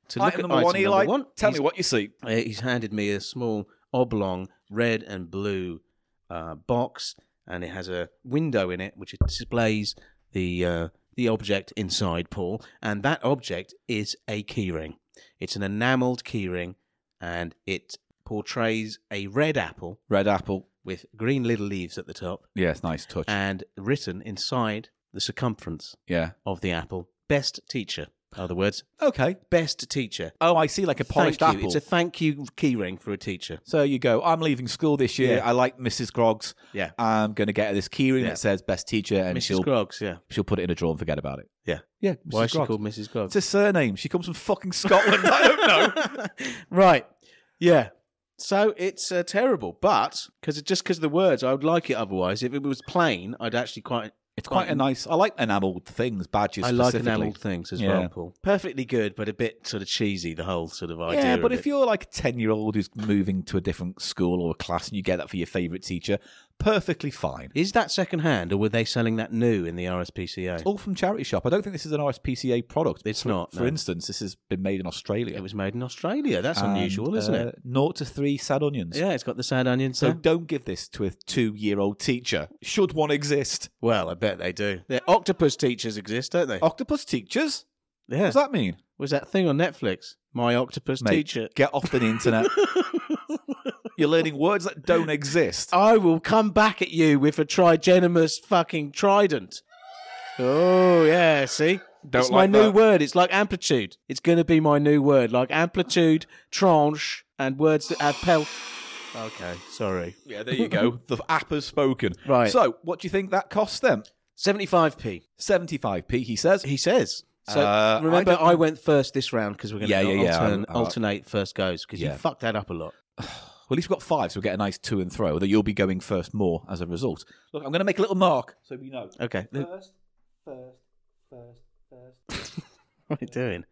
S1: to look
S2: Item
S1: at
S2: number
S1: item
S2: one,
S1: number
S2: Eli.
S1: one.
S2: Tell
S1: he's,
S2: me what you see.
S1: uh, he's handed me a small oblong red and blue uh, box, and it has a window in it which displays the uh, the object inside, Paul, and that object is a keyring. It's an enamelled keyring, and it portrays a red apple
S2: Red apple.
S1: with green little leaves at the top,
S2: Yes, nice touch.
S1: and written inside the circumference
S2: yeah.
S1: of the apple, best teacher. Other words,
S2: Okay.
S1: best teacher.
S2: Oh, I see, like a polished
S1: thank
S2: apple.
S1: You. It's a thank you keyring for a teacher.
S2: so you go. I'm leaving school this year.
S1: Yeah.
S2: I like Mrs. Groggs.
S1: Yeah.
S2: I'm going to get her this keyring
S1: Yeah.
S2: that says best teacher, and
S1: Mrs.
S2: she'll
S1: Groggs, yeah.
S2: she'll put it in a drawer and forget about it.
S1: Yeah.
S2: Yeah.
S1: Why is she
S2: Groggs.
S1: called Mrs.
S2: It's
S1: Groggs?
S2: a surname. She comes from fucking Scotland. I don't know.
S1: right. Yeah. So it's uh, terrible, but because just because the words, I would like it otherwise. If it was plain, I'd actually quite.
S2: It's quite a nice. I like enamelled things, badges.
S1: I like
S2: specifically.
S1: enamelled things as
S2: Yeah.
S1: well, Paul. Perfectly good, but a bit sort of cheesy. The whole sort of idea.
S2: Yeah, but
S1: of it.
S2: if you're like a 10 year old who's moving to a different school or a class and you get that for your favourite teacher, perfectly fine.
S1: is that second hand, or were they selling that new in the RSPCA?
S2: All from Charity Shop. I don't think this is an RSPCA product.
S1: It's
S2: for,
S1: not,
S2: For
S1: no.
S2: instance, this has been made in Australia.
S1: It was made in Australia. That's
S2: And,
S1: unusual, isn't
S2: uh,
S1: it?
S2: Naught to three sad onions.
S1: Yeah, it's got the sad onions.
S2: So
S1: there.
S2: don't give this to a two year old teacher, should one exist.
S1: Well, I bet they do. The octopus teachers exist, don't they?
S2: Octopus teachers?
S1: yeah.
S2: What does Oh, that mean?
S1: Was that thing on Netflix? My octopus
S2: Mate,
S1: teacher.
S2: Get off the internet. you're learning words that don't exist.
S1: I will come back at you with a trigeminous fucking trident. Oh yeah, see?
S2: Don't
S1: it's
S2: like
S1: my new
S2: that.
S1: word. It's like amplitude. It's gonna be my new word. Like amplitude, tranche, and words that have pel Okay, sorry.
S2: Yeah, there you go. The app has spoken.
S1: Right.
S2: So, what do you think that costs them?
S1: Seventy five P,
S2: 75p, he says.
S1: he says. So
S2: Uh, I
S1: remember
S2: don't-
S1: I, went first this round because we're gonna
S2: Yeah, yeah, yeah,
S1: altern-
S2: I- I-
S1: alternate first goes because
S2: Yeah.
S1: you fucked that up a lot.
S2: Well, at least we've got five, so we'll get a nice two and throw, although you'll be going first more as a result. Look, I'm going to make a little mark so we know.
S1: Okay. First, first, first, first. what are you doing?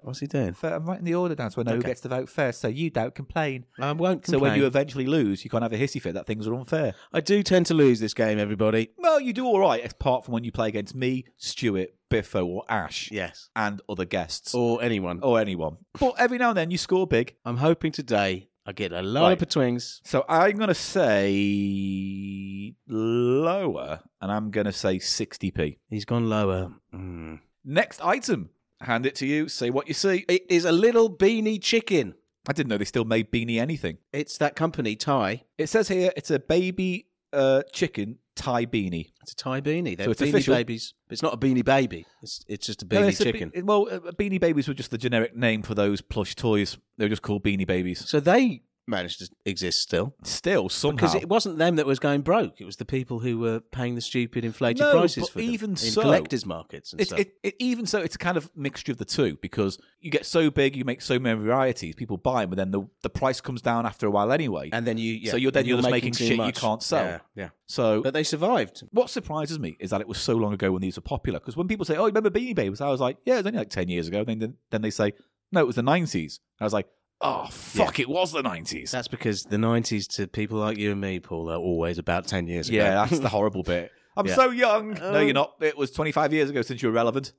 S1: What's he doing?
S2: I'm writing the order down so I know who
S1: Okay.
S2: gets to vote first, so you don't complain.
S1: I won't
S2: So
S1: complain.
S2: when you eventually lose, you can't have a hissy fit that things are unfair.
S1: I do tend to lose this game, everybody.
S2: Well, you do all right, apart from when you play against me, Stuart, Biffo, or Ash,
S1: Yes.
S2: and other guests, or,
S1: Or anyone.
S2: anyone. But every now and then you score big.
S1: I'm hoping today I get a lot
S2: Right.
S1: of betwings.
S2: So I'm going to say lower, and I'm going to say 60p.
S1: He's gone lower.
S2: Hmm. Next item. Hand it to you. Say what you see.
S1: It is a little beanie chicken.
S2: I didn't know they still made beanie anything.
S1: It's that company, Thai.
S2: It says here it's a baby uh, chicken Thai beanie.
S1: It's a Thai beanie. They're
S2: So it's
S1: beanie
S2: official?
S1: babies. It's not a beanie baby. It's, it's just a
S2: No,
S1: beanie
S2: it's a be-
S1: chicken.
S2: well, uh, beanie babies were just the generic name for those plush toys. They were just called beanie babies.
S1: so they managed to exist still
S2: Still, somehow.
S1: because it wasn't them that was going broke. It was the people who were paying the stupid inflated
S2: No,
S1: prices
S2: but
S1: for them
S2: even
S1: in
S2: so-
S1: collectors markets and
S2: It's
S1: stuff.
S2: it, it, even so, it's a kind of mixture of the two because you get so big, you make so many varieties, people buy them, but then the, the price comes down after a while anyway.
S1: and then you, yeah,
S2: so you're then
S1: and
S2: you're just making
S1: too
S2: shit you
S1: much.
S2: can't sell.
S1: Yeah, yeah.
S2: so,
S1: But they survived.
S2: what surprises me is that it was so long ago when these were popular. Because when people say, "Oh, you remember Beanie Babies?" I was like, "Yeah, it was only like ten years ago." And then then they say, "No, it was the '90s." I was like, "Oh fuck, it was the '90s."
S1: That's because the '90s to people like you and me, Paul, are always about ten years ago.
S2: Yeah, that's the horrible bit. I'm
S1: Yeah. Oh.
S2: so young. No, you're not. It was 25 years ago since you were relevant.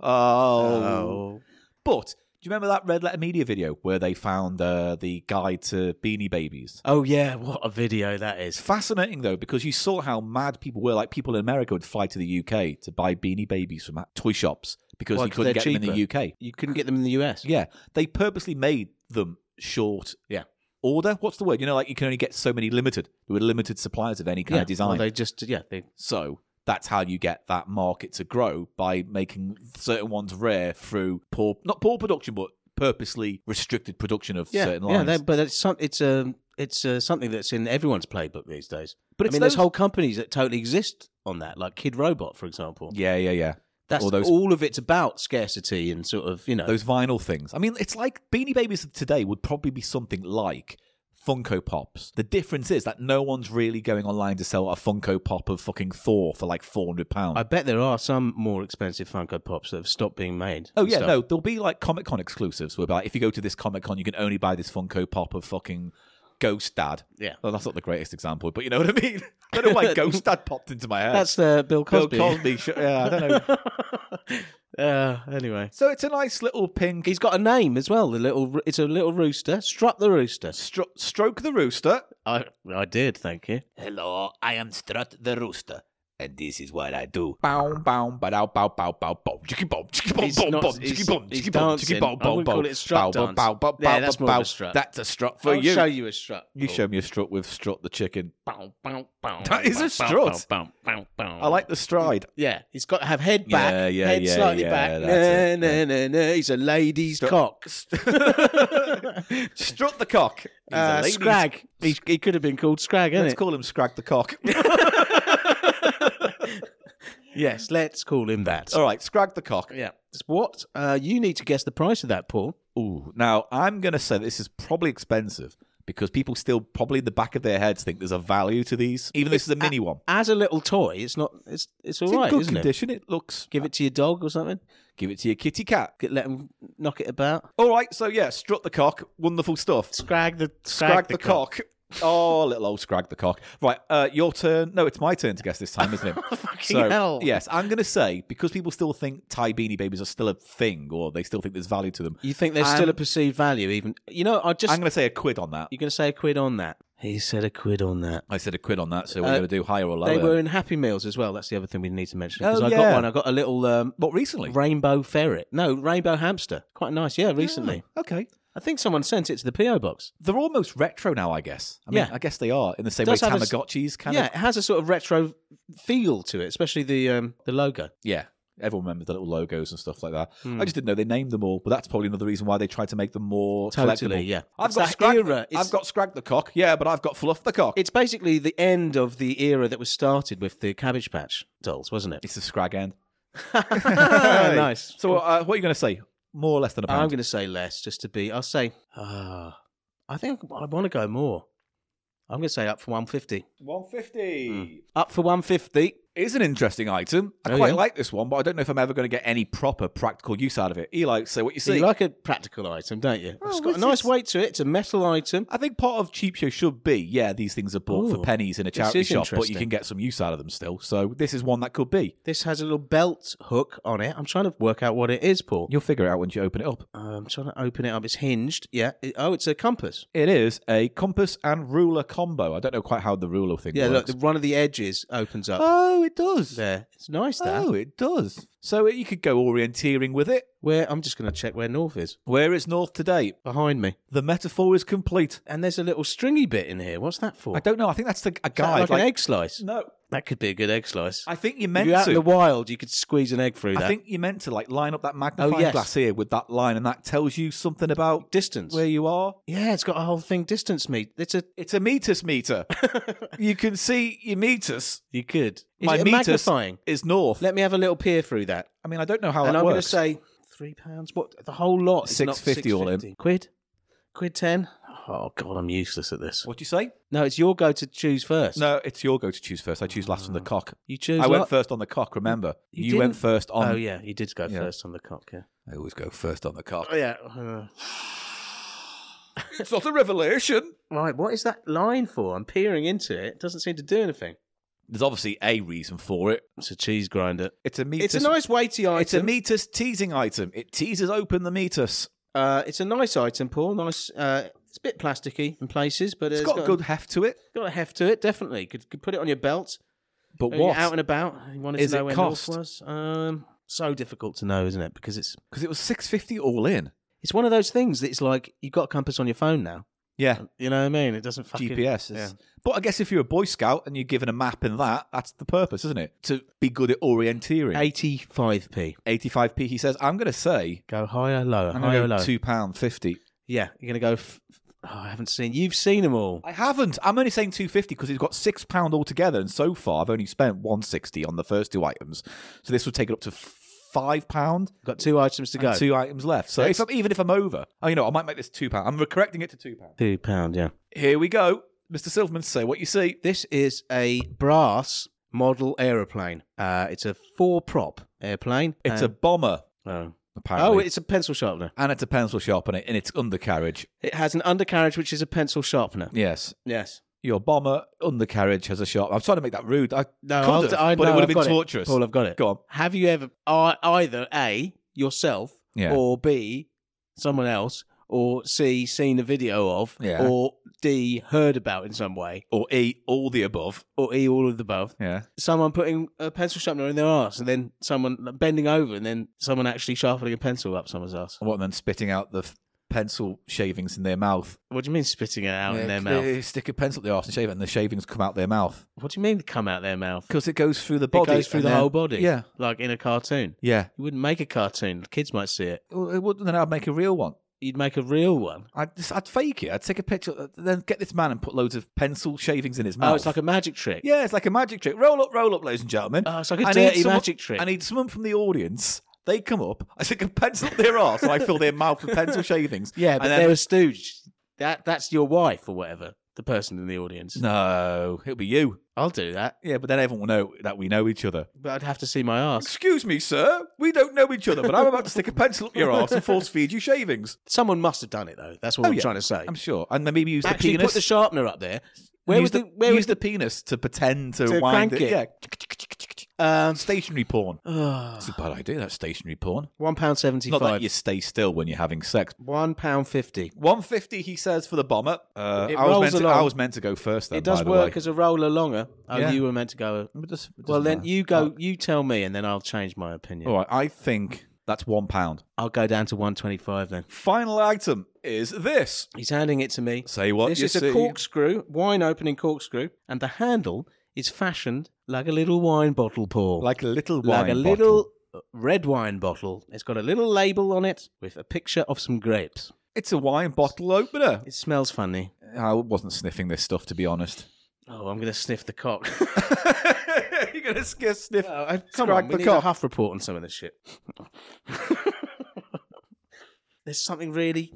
S2: Oh.
S1: Oh.
S2: But do you remember that Red Letter Media video where they found uh, the guide to Beanie Babies?
S1: Oh yeah, what a video that
S2: It's
S1: is.
S2: fascinating though because you saw how mad people were. Like people in America would fly to the UK to buy Beanie Babies from toy shops because
S1: Well,
S2: you couldn't
S1: they're
S2: get them in the UK.
S1: You couldn't get them in the US.
S2: Yeah, they purposely made them short.
S1: Yeah.
S2: Order? What's the word? You know, like you can only get so many limited. There were limited suppliers of any kind
S1: Yeah,
S2: of design.
S1: well, they just yeah, they
S2: So that's how you get that market to grow by making certain ones rare through poor, not poor production, but purposely restricted production of
S1: yeah,
S2: certain
S1: yeah.
S2: lines.
S1: they- But it's some, it's um it's uh, something that's in everyone's playbook these days.
S2: but
S1: I mean, there's whole companies that totally exist on that, like Kid Robot, for example.
S2: yeah, yeah, yeah.
S1: That's
S2: Or those-
S1: all of it's about scarcity and sort of you know.
S2: Those vinyl things. I mean, it's like Beanie Babies of today would probably be something like Funko Pops. The difference is that no one's really going online to sell a Funko Pop of fucking Thor for like four hundred pounds.
S1: I bet there are some more expensive Funko Pops that have stopped being made.
S2: Oh
S1: and
S2: yeah,
S1: stuff.
S2: no, there'll be like Comic Con exclusives where like if you go to this Comic Con, you can only buy this Funko Pop of fucking Ghost Dad.
S1: Yeah.
S2: well, that's not the greatest example, but you know what I mean. I don't know why Ghost Dad popped into my head.
S1: that's uh, Bill
S2: Bill
S1: Cosby.
S2: Cosby. sh- yeah, I don't know.
S1: uh, anyway,
S2: So it's a nice little pink.
S1: he's got a name as well. The little, it's a little rooster. Strut the rooster.
S2: Stro- stroke the rooster.
S1: I, I did. Thank you.
S4: Hello, I am Strut the Rooster, and this is what I do.
S2: Bow, bow, bow, bow, bow, bow, bow, chicky bow, chicky bow,
S1: He's
S2: bow,
S1: not-
S2: bow,
S1: he's-
S2: chicky bow,
S1: he's
S2: chicky bow,
S1: dancing.
S2: chicky bow,
S1: I
S2: bow,
S1: wouldn't
S2: bow,
S1: call it a strut
S2: bow, bow,
S1: dance.
S2: bow, bow,
S1: Yeah,
S2: bow,
S1: that's
S2: bow,
S1: more of a
S2: bow.
S1: strut.
S2: That's a strut for
S1: I'll
S2: you.
S1: show you a strut.
S2: You
S1: Paul.
S2: show me a strut with strut the chicken.
S3: Bow, bow, bow,
S2: That is a strut. I like the stride.
S1: Yeah, he's got to have head back,
S2: Yeah, yeah,
S1: head
S2: yeah,
S1: slightly
S2: yeah,
S1: back.
S2: that's
S1: No, no, no, no. He's a lady's
S2: Strut-
S1: cock.
S2: Strut the cock. He's a
S1: Uh,
S2: lady's-
S1: Scrag. He, he could have been called Scrag, hadn't
S2: Let's
S1: it?
S2: call him Scrag the cock.
S1: yes, let's call him that.
S2: All right, Scrag the cock.
S1: Yeah. It's What? Uh, you need to guess the price of that, Paul.
S2: Ooh, now I'm going to say this is probably expensive because people still probably in the back of their heads think there's a value to these, even though this is a mini one.
S1: As a little toy, it's not. It's it's all
S2: It's in
S1: right,
S2: good
S1: isn't
S2: condition. It? looks.
S1: it? Give it to your dog or something.
S2: Give it to your kitty cat.
S1: Get- Let him knock it about.
S2: All right, so yeah, strut the cock. Wonderful stuff.
S1: Scrag the
S2: Scrag the, cock. Oh, little old Scrag the cock. Right, uh, your turn. No, it's my turn to guess this time, isn't it?
S1: Oh, Fucking hell.
S2: Yes, I'm going to say because people still think Thai beanie babies are still a thing, or they still think there's value to them.
S1: You think there's
S2: I'm-
S1: still a perceived value? Even you know, I just
S2: I'm going to say a quid on that.
S1: you're going to say a quid on that. He said a quid on that.
S2: I said a quid on that. So we're
S1: Uh,
S2: going to do higher or lower.
S1: They were in Happy Meals as well. That's the other thing we need to mention. Because
S2: Oh,
S1: I
S2: yeah.
S1: got one. I got a little um,
S2: What recently?
S1: rainbow ferret. No, rainbow hamster. Quite nice. Yeah, recently.
S2: Oh, okay.
S1: I think someone sent it to the PO box.
S2: They're almost retro now, I guess. I mean,
S1: Yeah.
S2: I guess they are in the same way
S1: Does have a s-
S2: Tamagotchis kind
S1: yeah,
S2: of.
S1: it has a sort of retro feel to it, especially the um, the logo.
S2: Yeah. Everyone remembers the little logos and stuff like that.
S1: Hmm.
S2: I just didn't know they named them all, but that's probably another reason why they tried to make them more
S1: Totally,
S2: collectible.
S1: yeah.
S2: I've
S1: It's
S2: got
S1: that
S2: Scrag.
S1: era. It's-
S2: I've got Scrag the cock. Yeah, but I've got Fluff the cock.
S1: It's basically the end of the era that was started with the Cabbage Patch dolls, wasn't it?
S2: it's a Scrag end.
S1: nice. Um,
S2: So, uh, what are you going to say? More or less than a
S1: I'm
S2: pound?
S1: going to say less, just to be. I'll say. Ah, I think I want to go more. I'm going to say up for 150.
S2: One fifty.
S1: Up for 150.
S2: Is an interesting item. I
S1: Oh,
S2: quite
S1: yeah.
S2: like this one, but I don't know if I'm ever going to get any proper practical use out of it. Eli, say what you
S1: So
S2: see. Oh,
S1: you like a practical item, don't you? it's got a
S2: it's-
S1: nice
S2: it's-
S1: weight to it. It's a metal item.
S2: I think part of cheap show should be, yeah, these things are bought
S1: Ooh,
S2: for pennies in a
S1: this
S2: charity
S1: is
S2: shop, but you
S1: interesting.
S2: can get some use out of them still. So this is one that could be.
S1: This has a little belt hook on it. I'm trying to work out what it is, Paul.
S2: You'll figure it out once you open it up.
S1: Uh, I'm trying to open it up. It's hinged. Yeah. It- oh, it's a compass.
S2: It is a compass and ruler combo. I don't know quite how the ruler thing
S1: Yeah. Look,
S2: works.
S1: the, one of the edges opens up.
S2: oh, it does.
S1: There. It's nice. That.
S2: Oh, it does. So you could go orienteering with it.
S1: Where I'm just going to check where north is
S2: Where is north today?
S1: behind me.
S2: The metaphor is complete.
S1: And there's a little stringy bit in here. What's that for?
S2: I don't know. I think that's the, a
S1: Is that
S2: guide.
S1: like, an egg slice.
S2: No,
S1: That could be a good egg slice.
S2: I think you
S1: If
S2: meant
S1: you're out in the
S2: to.
S1: wild, you could squeeze an egg through that.
S2: I think you meant to like line up that magnifying
S1: yes.
S2: glass here with that line, and that tells you something about
S1: distance.
S2: where you are.
S1: yeah, it's got a whole thing distance me. It's a
S2: It's a metus meter. you can see your metus.
S1: you could. Is
S2: My
S1: it a
S2: metus-
S1: magnifying?
S2: is north.
S1: Let me have a little peer through that.
S2: I mean, I don't know how
S1: and
S2: that
S1: I'm going to
S2: works.
S1: say three pounds. What the whole lot? is not
S2: 650 all in.
S1: 650. Quid, quid ten. Oh god, I'm useless at this.
S2: what do you say?
S1: No, it's your go to choose first.
S2: No, it's your go to choose first. I choose last
S1: Uh,
S2: on the cock.
S1: you choose.
S2: I went
S1: lot-
S2: first on the cock. Remember,
S1: You
S2: you, went
S1: didn't-
S2: first on.
S1: oh yeah, you did go
S2: Yeah.
S1: first on the cock. Yeah.
S2: I always go first on the cock.
S1: Oh yeah. uh,
S2: it's not a revelation.
S1: right. What is that line for? I'm peering into it. It doesn't seem to do anything.
S2: There's obviously a reason for it.
S1: It's a cheese grinder.
S2: It's a metus.
S1: It's, a nice weighty item.
S2: It's a metus teasing item. It teases open the metus.
S1: Uh, it's a nice item, Paul. Nice. Uh, it's a bit plasticky in places, but
S2: It's
S1: it's
S2: got,
S1: got
S2: good heft to it.
S1: got a heft to it. Definitely could, could put it on your belt.
S2: But
S1: When Oh, you're
S2: what?
S1: out and about? You wanted
S2: Is
S1: to know
S2: it
S1: where
S2: cost?
S1: North was. Um, so difficult to know, isn't it? Because it's
S2: Because it was six fifty all in.
S1: it's one of those things that it's like you've got a compass on your phone now.
S2: Yeah.
S1: You know what I mean? It doesn't Oh, fucking
S2: GPS.
S1: Yeah.
S2: Is, But I guess if you're a Boy Scout and you're given a map and that, that's the purpose, isn't it? To be good at orienteering.
S1: Eighty-five p.
S2: 85p, he says. I'm going to say,
S1: Go higher, lower,
S2: I'm
S1: higher,
S2: going to
S1: lower.
S2: go £2.50.
S1: Yeah, you're gonna go. F- oh, I haven't seen. You've seen them all.
S2: I haven't. I'm only saying 250 because he's got six pound altogether, and so far I've only spent 160 on the first two items. So this would take it up to five pound.
S1: Got two items to go.
S2: Two items left. So if
S1: Yes.
S2: I'm, even if I'm over, oh, you know, I might make this two pound. I'm correcting it to two pound.
S1: two pound. Yeah.
S2: Here we go, Mr. Silverman. Say what you see.
S1: This is a brass model aeroplane. Uh, it's a four-prop airplane.
S2: It's
S1: and-
S2: a bomber,
S1: oh.
S2: apparently.
S1: Um, oh, it's a pencil sharpener.
S2: and it's a pencil sharpener in its undercarriage.
S1: It has an undercarriage, which is a pencil sharpener.
S2: Yes.
S1: Yes.
S2: Your bomber undercarriage has a sharp. I'm trying to make that rude. I could
S1: Oh, I'll-
S2: have,
S1: I
S2: but
S1: know,
S2: it
S1: I've
S2: would have been
S1: got
S2: torturous.
S1: Paul, I've got it.
S2: Go on.
S1: Have you ever I- either A, yourself,
S2: Yeah.
S1: or B, someone else, or C, seen a video of,
S2: Yeah.
S1: or D, heard about in some way,
S2: Or E, all the above.
S1: or E, all of the above?
S2: Yeah.
S1: Someone putting a pencil sharpener in their arse, and then someone bending over, and then someone actually sharpening a pencil up someone's arse.
S2: What, and then spitting out the f- pencil shavings in their mouth.
S1: What do you mean spitting it out in
S2: Yeah,
S1: their
S2: they-
S1: mouth?
S2: they stick a pencil up their arse and shave it, and the shavings come out their mouth
S1: What do you mean come out their mouth?
S2: because it goes through the
S1: It
S2: body.
S1: goes through
S2: and
S1: the
S2: then-
S1: whole body.
S2: Yeah,
S1: Like in a cartoon.
S2: yeah.
S1: You wouldn't make a cartoon. The kids might see it.
S2: Well, it wouldn't. Then I'd make a real one.
S1: You'd make a real one.
S2: I'd just, I'd fake it. I'd take a picture, uh, then get this man and put loads of pencil shavings in his mouth.
S1: Oh, it's like a magic trick.
S2: yeah, it's like a magic trick. Roll up, roll up, ladies and gentlemen.
S1: Oh, it's like a
S2: I need
S1: dirty
S2: someone-
S1: magic trick.
S2: I need someone from the audience. They come up. I stick a pencil up their arse and I fill their mouth with pencil shavings.
S1: yeah, but
S2: and then-
S1: they're a stooge. That that's your wife or whatever. The person in the audience.
S2: No, it'll be you.
S1: I'll do that,
S2: Yeah, but then everyone will know that we know each other.
S1: but I'd have to see my ass.
S2: Excuse me, sir. We don't know each other, but I'm about to stick a pencil up your arse and force feed you shavings.
S1: Someone must have done it though. That's what
S2: Oh,
S1: I'm
S2: yeah.
S1: trying to say.
S2: I'm sure. And maybe use
S1: Actually,
S2: the penis.
S1: put the sharpener up there. Where was
S2: use
S1: the, where
S2: use
S1: was
S2: the penis to pretend to,
S1: To
S2: wind
S1: crank it.
S2: Yeah,
S1: the um,
S2: stationary porn.
S1: oh,
S2: It's a bad idea. That's stationary porn.
S1: one pound seventy
S2: Not that
S1: five?
S2: you stay still when you're having sex.
S1: One pound fifty.
S2: One fifty, he says for the bomber. Uh,
S1: It
S2: I was
S1: rolls
S2: meant to,
S1: along.
S2: I was meant to go first. Then,
S1: It does
S2: by the
S1: work
S2: way.
S1: as a roller longer. Oh,
S2: Yeah.
S1: you were meant to go.
S2: But just- it
S1: Well,
S2: doesn't
S1: then
S2: matter.
S1: you go. You tell me, and then I'll change my opinion.
S2: All right, I think that's one pound.
S1: I'll go down to one twenty five then.
S2: Final item is this.
S1: He's handing it to me.
S2: Say what
S1: this
S2: you
S1: is
S2: see.
S1: a corkscrew, wine opening corkscrew, and the handle is fashioned like a little wine bottle, Paul.
S2: like a little wine
S1: Like a
S2: bottle.
S1: little red wine bottle. It's got a little label on it with a picture of some grapes.
S2: It's a wine bottle opener.
S1: It smells funny.
S2: I wasn't sniffing this stuff, to be honest.
S1: Oh, I'm going to sniff the cock.
S2: You're gonna sniff, sniff.
S1: Oh, I- come
S2: Strike
S1: on,
S2: the
S1: we need a
S2: cock.
S1: Huff report on some of this shit. There's something really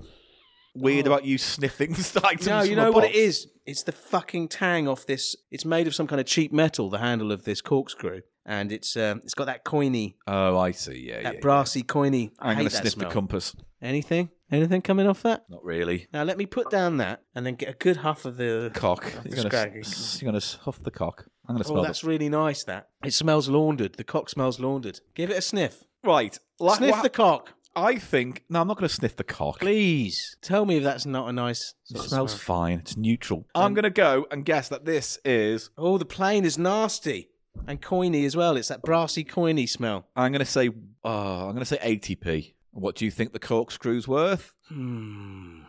S2: Weird
S1: Oh.
S2: about you sniffing items.
S1: No, you
S2: from a
S1: know what it
S2: box.
S1: is? It's the fucking tang off this. It's made of some kind of cheap metal, the handle of this corkscrew, and it's um, it's got that coiny,
S2: Oh, I see. Yeah,
S1: that
S2: yeah.
S1: brassy coiny. I
S2: I'm
S1: hate
S2: gonna
S1: that
S2: sniff
S1: smell.
S2: the compass.
S1: Anything? Anything coming off that?
S2: Not really.
S1: Now let me put down that and then get a good huff of the.
S2: Cock.
S1: Oh,
S2: You're
S1: it's
S2: gonna,
S1: craggy.
S2: s- you're gonna s- huff the cock. I'm gonna
S1: Oh,
S2: smell
S1: that's really nice. That it smells laundered. The cock smells laundered. Give it a sniff.
S2: that. Right. Like,
S1: sniff
S2: what-
S1: the cock,
S2: I think. No, I'm not gonna sniff the cock.
S1: please. Tell me if that's not a nice.
S2: It
S1: smell.
S2: smells fine. It's neutral. I'm gonna go and guess that this is.
S1: Oh, the plane is nasty and coiny as well. It's that brassy coiny smell.
S2: I'm gonna say. Oh, I'm gonna say 80p. What do you think the corkscrew's worth?
S1: Hmm.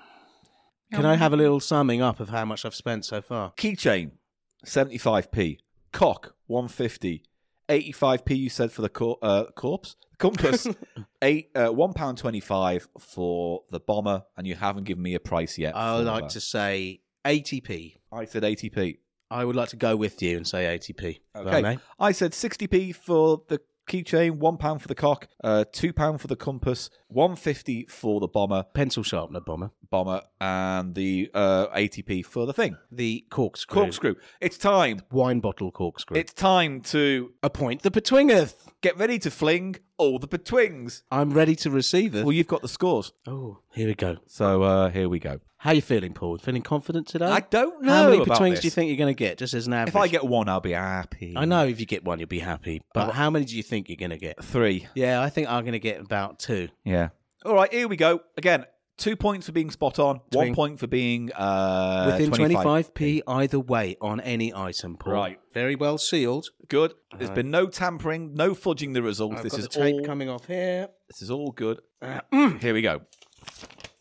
S1: Can I have a little summing up of how much I've spent so far?
S2: Keychain, 75p. Cock, 150. 85p you said for the cor- uh, corpse? Compass. Eight, uh, £1.25 for the bomber, and you haven't given me a price yet.
S1: I
S2: for
S1: would like
S2: that.
S1: to say ATP.
S2: I said 80p.
S1: I would like to go with you and say ATP. if I
S2: Okay.
S1: may.
S2: I said 60p for the keychain, £1 for the cock, uh, £2 for the compass, 150 for the bomber,
S1: Pencil sharpener bomber.
S2: bomber, and the uh, 80p for the thing.
S1: The corkscrew.
S2: Corkscrew. It's time.
S1: Wine bottle corkscrew.
S2: It's time to
S1: Appoint the betwingeth.
S2: get ready to fling all the betwings.
S1: I'm ready to receive it.
S2: Well, you've got the scores.
S1: Oh, here we go.
S2: So uh, here we go.
S1: How you feeling, Paul? Feeling confident today?
S2: I don't know.
S1: How many
S2: about
S1: betwings
S2: this.
S1: do you think you're going to get, just as an average?
S2: If I get one, I'll be happy.
S1: I know if you get one, you'll be happy. But how many do you think you're going to get?
S2: Three.
S1: Yeah, I think I'm going to get about two.
S2: Yeah. All right, here we go. Again, two points for being spot on, one
S1: Twing.
S2: point for being uh,
S1: Within
S2: 25.
S1: 25p either way on any item, Paul.
S2: Right.
S1: Very well sealed.
S2: Good. There's been no tampering, no fudging the results.
S1: I've
S2: this
S1: got
S2: is
S1: the tape
S2: all.
S1: coming off here.
S2: This is all good. Here we go.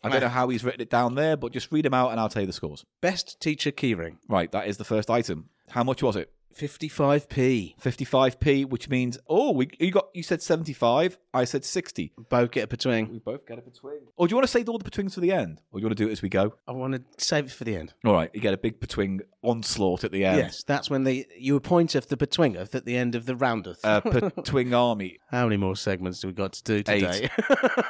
S2: I don't know how he's written it down there, but just read them out and I'll tell you the scores.
S1: Best teacher keyring,
S2: Right, that is the first item. How much was it?
S1: 55p.
S2: 55p, which means oh, we, you got you said 75, I said 60.
S1: Both get a betwing.
S2: We both get a between. Or do you want to save all the betwings for the end, or do you want to do it as we go?
S1: I want to save it for the end.
S2: All right, you get a big betwing onslaught at the end.
S1: Yes, that's when they you appointeth the betwingeth at the end of the roundeth.
S2: A betwing Uh, army.
S1: How many more segments do we got to do today?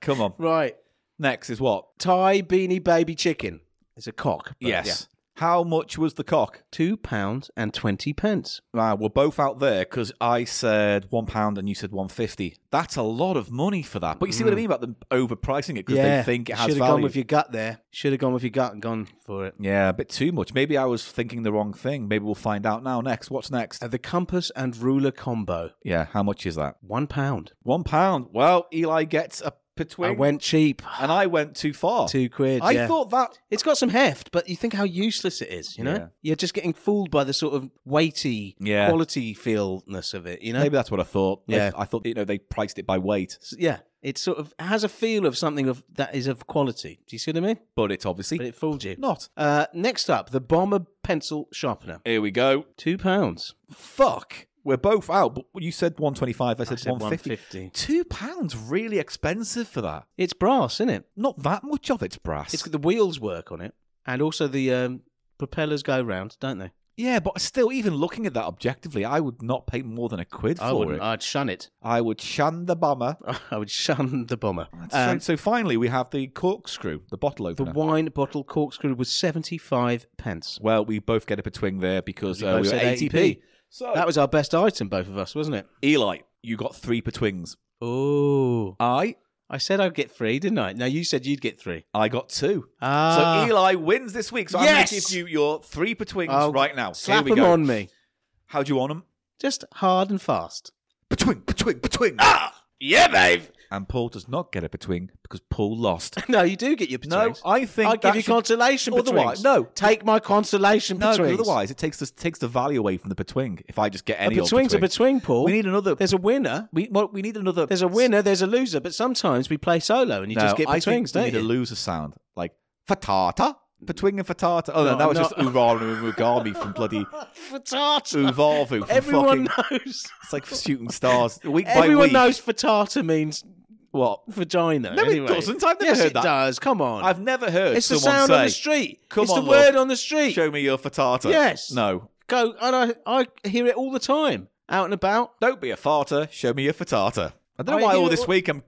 S2: Come on.
S1: right.
S2: Next is what?
S1: Thai beanie baby chicken. It's a cock. but
S2: yes. How much was the cock?
S1: yeah. Two pounds and twenty pence.
S2: Right, we're both out there because I said one pound and you said one fifty. That's a lot of money for that. But you see what I mean about them overpricing it because they think it has
S1: Should have Mm.
S2: value.
S1: gone with your gut there. Should have gone with your gut and gone for it.
S2: Yeah, a bit too much. Maybe I was thinking the wrong thing. Maybe we'll find out now. Next, what's next?
S1: Uh, the compass and ruler combo.
S2: Yeah, how much is that?
S1: One pound.
S2: One pound. Well, Eli gets a between,
S1: I went cheap.
S2: and I went too far.
S1: Two quid.
S2: I
S1: yeah.
S2: thought that.
S1: It's got some heft, but you think how useless it is, you know?
S2: Yeah.
S1: You're just getting fooled by the sort of weighty
S2: Yeah.
S1: quality feelness of it, you know?
S2: Maybe that's what I thought. I-
S1: Yeah.
S2: I, thought you know they priced it by weight,
S1: S- Yeah. It sort of has a feel of something of that is of quality. Do you see what I mean?
S2: but it's obviously
S1: But it fooled you.
S2: not.
S1: Uh, next up, the bomber pencil sharpener.
S2: Here we go.
S1: Two pounds.
S2: Fuck. We're both out. But you said one twenty-five. I said,
S1: said
S2: 150.
S1: 150.
S2: Two pounds really expensive for that.
S1: It's brass, isn't it?
S2: Not that much of it's brass.
S1: It's got the wheels work on it, and also the um, propellers go round, don't they?
S2: yeah, but still, even looking at that objectively, I would not pay more than a quid
S1: I
S2: for
S1: wouldn't.
S2: it.
S1: I'd shun it.
S2: I would shun the bummer.
S1: I would shun the bomber.
S2: So-
S1: Um,
S2: so, finally, we have the corkscrew, the bottle
S1: the
S2: opener.
S1: wine bottle corkscrew was seventy-five pence.
S2: well, we both get a betwing there because
S1: We
S2: uh,
S1: both
S2: we were
S1: said
S2: 80p.
S1: 80p.
S2: So
S1: That was our best item, both of us, wasn't it?
S2: Eli. You got three betwings.
S1: Oh,
S2: I
S1: I said I'd get three, didn't I? Now you said you'd get three.
S2: I got two.
S1: Ah.
S2: so Eli wins this week. So I'm
S1: Yes!
S2: going to give you your three betwings
S1: I'll
S2: right now.
S1: Slap
S2: Here we
S1: them
S2: go.
S1: on me,
S2: How do you want them?
S1: just hard and fast.
S2: Betwing, betwing, betwing.
S3: Yeah, babe.
S2: And Paul does not get a betwing because Paul lost.
S1: No, you do get your betwings.
S2: I think
S1: I'll
S2: that
S1: give you
S2: should-
S1: consolation
S2: Otherwise-
S1: betwings.
S2: no.
S1: take my consolation
S2: No, 'cause
S1: betwings.
S2: otherwise it takes the, takes the value away from the betwing. If I just get
S1: a
S2: any old
S1: betwing's a
S2: betwing.
S1: betwing, Paul.
S2: we need another.
S1: There's a winner.
S2: We well, we need another.
S1: There's a winner. There's a loser. But sometimes we play solo and you
S2: No,
S1: just get
S2: I think
S1: betwings,
S2: we
S1: don't you?
S2: need a loser sound like fatata betwing and fatata. Oh no,
S1: No,
S2: that was
S1: no.
S2: just Uran and Mugami from bloody
S1: Fatata.
S2: Uvavu. From
S1: Everyone
S2: fucking,
S1: knows.
S2: it's like shooting stars week by
S1: Everyone
S2: week.
S1: knows fatata means
S2: what?
S1: vagina.
S2: No, it
S1: anyway.
S2: doesn't. I've never
S1: yes,
S2: heard
S1: it
S2: that.
S1: does. Come on.
S2: I've never heard
S1: it's the
S2: someone
S1: sound
S2: say,
S1: on the street.
S2: "Come
S1: it's
S2: on,
S1: the
S2: love.
S1: word on the street.
S2: "Show me your fatata."
S1: Yes.
S2: No.
S1: Go and I, I hear it all the time out and about.
S2: Don't be a farter. Show me your fatata. I don't know
S1: I
S2: why all
S1: hear-
S2: this week I'm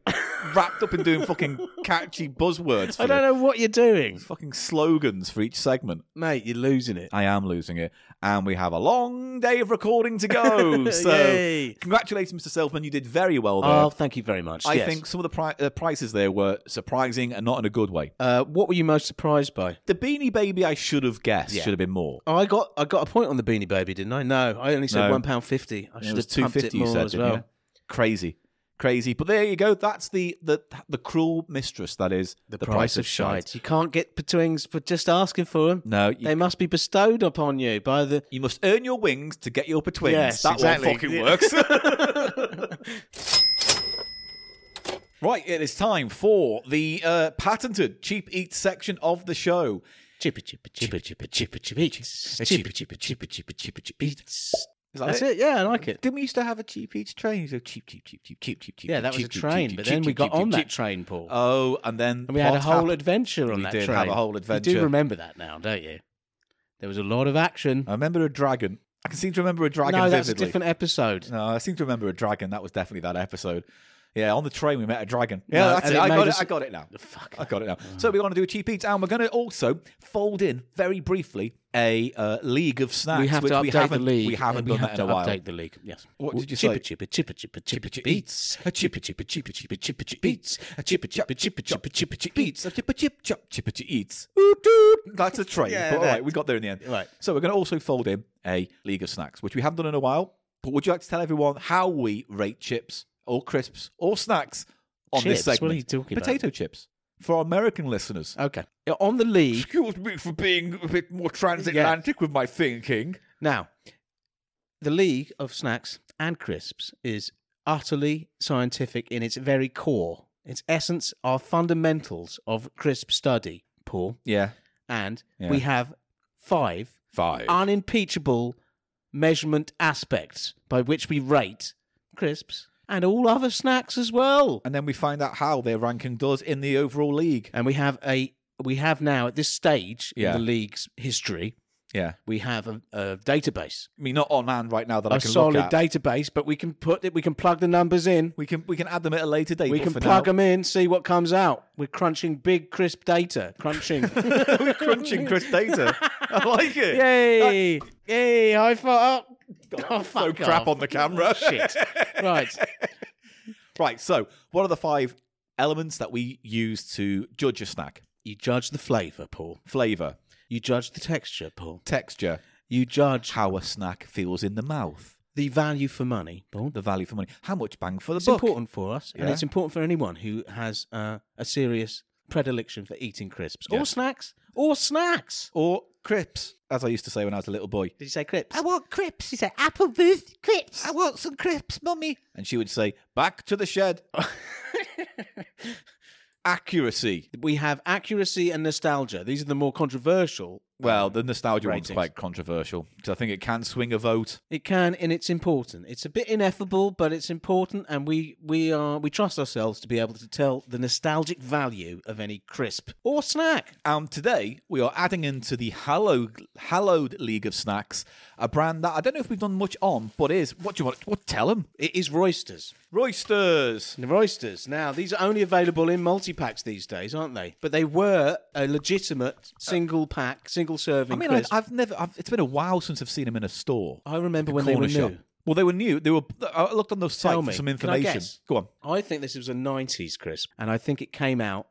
S2: wrapped up in doing fucking catchy buzzwords. For
S1: I don't
S2: it.
S1: know what you're doing,
S2: Fucking slogans for each segment.
S1: mate. You're losing it.
S2: I am losing it, and we have a long day of recording to go. so,
S1: Yay.
S2: congratulations, Mr. Selfman. You did very well there.
S1: Oh, thank you very much.
S2: I
S1: yes.
S2: think some of the pri- uh, prices there were surprising and not in a good way.
S1: Uh, what were you most surprised by?
S2: The Beanie Baby, I should have guessed, should have been more.
S1: Oh, I got I got a point on the Beanie Baby, didn't I? No, I only said
S2: No.
S1: one pound fifty. I
S2: It
S1: should
S2: was
S1: have
S2: two
S1: two
S2: fifty.
S1: fifty
S2: You
S1: more
S2: said,
S1: as
S2: didn't
S1: well.
S2: you? Crazy, crazy. But there you go. That's the the the cruel mistress that is
S1: The, price, of shite.
S2: shite.
S1: You can't get betwings for just asking for them.
S2: No, you,
S1: They must be bestowed upon you by the.
S2: you must earn your wings to get your betwings.
S1: Yes,
S2: that
S1: exactly.
S2: one fucking
S1: Yeah.
S2: works. Right, it is time for the uh, patented cheap eat section of the show.
S1: Chippa chippa chippa chippa chippa chippa chippa chippa chippa chippa chippa chippa
S2: Is that
S1: That's it. Yeah, I like it.
S2: Didn't we used to have a cheap each train? You go cheap, cheap, cheap, cheap, cheap, cheap, cheap.
S1: Yeah, that was
S2: cheap,
S1: a
S2: cheap, cheap,
S1: train,
S2: cheap,
S1: but
S2: cheap,
S1: then we
S2: cheap,
S1: got
S2: cheap,
S1: on
S2: cheap,
S1: that
S2: cheap.
S1: train, Paul.
S2: Oh, and then
S1: and we had a
S2: plot
S1: whole
S2: happened.
S1: adventure on
S2: We
S1: that
S2: did
S1: train.
S2: have a whole
S1: You
S2: adventure.
S1: do remember that now, don't you? There was a lot of action.
S2: I remember a dragon. I can seem to remember a dragon
S1: no, that's a
S2: vividly.
S1: different episode.
S2: No, I seem to remember a dragon. That was definitely that episode. Yeah, on the train we met a dragon. Yeah,
S1: No,
S2: that's
S1: and
S2: it.
S1: it
S2: I
S1: made
S2: got
S1: us-
S2: it. I got it now.
S1: Fuck.
S2: I got it now. So we're going to do a cheap eats, and we're going to also fold in very briefly a uh, league of snacks.
S1: we have
S2: which
S1: to
S2: we
S1: update the
S2: haven't,
S1: league.
S2: We haven't
S1: we
S2: done
S1: have
S2: that
S1: to
S2: in a while.
S1: Update the league. Yes.
S2: What did you
S1: chipper,
S2: say?
S1: Chipper chipper chipper chipper chipper beats.
S2: Beats.
S1: A chipper chipper chipper chipper chipper chipper beats. A chipper chipper chipper chipper chipper chipper beats.
S2: Beats. A chipper chip chop chipper chip eats. Oot, oot. That's a train.
S1: Yeah,
S2: but all
S1: that-
S2: right, we got there in the end.
S1: Right.
S2: So we're going to also fold in a league of snacks, which we haven't done in a while. But would you like to tell everyone how we rate chips or crisps or snacks on
S1: Chips?
S2: this segment?
S1: What are you talking about?
S2: Potato chips for our American listeners.
S1: Okay. On the league
S2: Excuse me for being a bit more transatlantic with my thinking.
S1: now. The league of snacks and crisps is utterly scientific in its very core. Its essence are fundamentals of crisp study, Paul,
S2: Yeah.
S1: and
S2: Yeah.
S1: we have five
S2: Five.
S1: unimpeachable measurement aspects by which we rate crisps and all other snacks as well.
S2: and then we find out how their ranking does in the overall league.
S1: And we have a we have now at this stage
S2: Yeah.
S1: in the league's history,
S2: Yeah.
S1: we have a, a database,
S2: I mean, not on hand right now that I
S1: a
S2: can
S1: solid
S2: look at.
S1: database, but we can put it, we can plug the numbers in,
S2: we can we can add them at a later date.
S1: we
S2: but
S1: can
S2: for
S1: plug
S2: now-
S1: them in, see what comes out. We're crunching big crisp data, crunching.
S2: We're crunching crisp data. I like it.
S1: Yay! Yay! High five! Oh,
S2: Oh, so
S1: fuck
S2: crap
S1: off.
S2: on the camera.
S1: Shit. Right.
S2: Right. So, what are the five elements that we use to judge a snack?
S1: You judge the flavour, Paul.
S2: Flavor,
S1: You judge the texture, Paul.
S2: texture,
S1: You judge
S2: how a snack feels in the mouth,
S1: the value for money, Paul.
S2: the value for money, how much bang for the
S1: It's
S2: buck.
S1: important for us, and
S2: Yeah.
S1: it's important for anyone who has uh, a serious predilection for eating crisps or snacks or snacks.
S2: Or crisps, as I used to say when I was a little boy.
S1: Did you say crisps?
S2: want crisps. She said, Applebee's crisps. I want some crisps, mummy. And she would say, back to the shed. Accuracy.
S1: we have accuracy and nostalgia. These are the more controversial.
S2: Well, the nostalgia one's
S1: Ratings.
S2: quite controversial because I think it can swing a vote.
S1: It can, and it's important. It's a bit ineffable, but it's important, and we we are we trust ourselves to be able to tell the nostalgic value of any crisp or snack.
S2: Um, today we are adding into the hallowed, hallowed League of Snacks, a brand that I don't know if we've done much on, but is what do you want? What tell them?
S1: It is roysters.
S2: Roysters.
S1: The roysters. Now, these are only available in multi packs these days, aren't they? But they were a legitimate single pack, single serving.
S2: I mean, I,
S1: crisp.
S2: I've never. I've, it's been a while since I've seen them in a store.
S1: I remember when they
S2: Corner
S1: were
S2: shop.
S1: new.
S2: Well, they Oh, were new. They were. I looked on the site
S1: Tell
S2: for
S1: me.
S2: some
S1: Can I
S2: information.
S1: guess?
S2: Go on.
S1: I think this was a '90s crisp, and I think it came out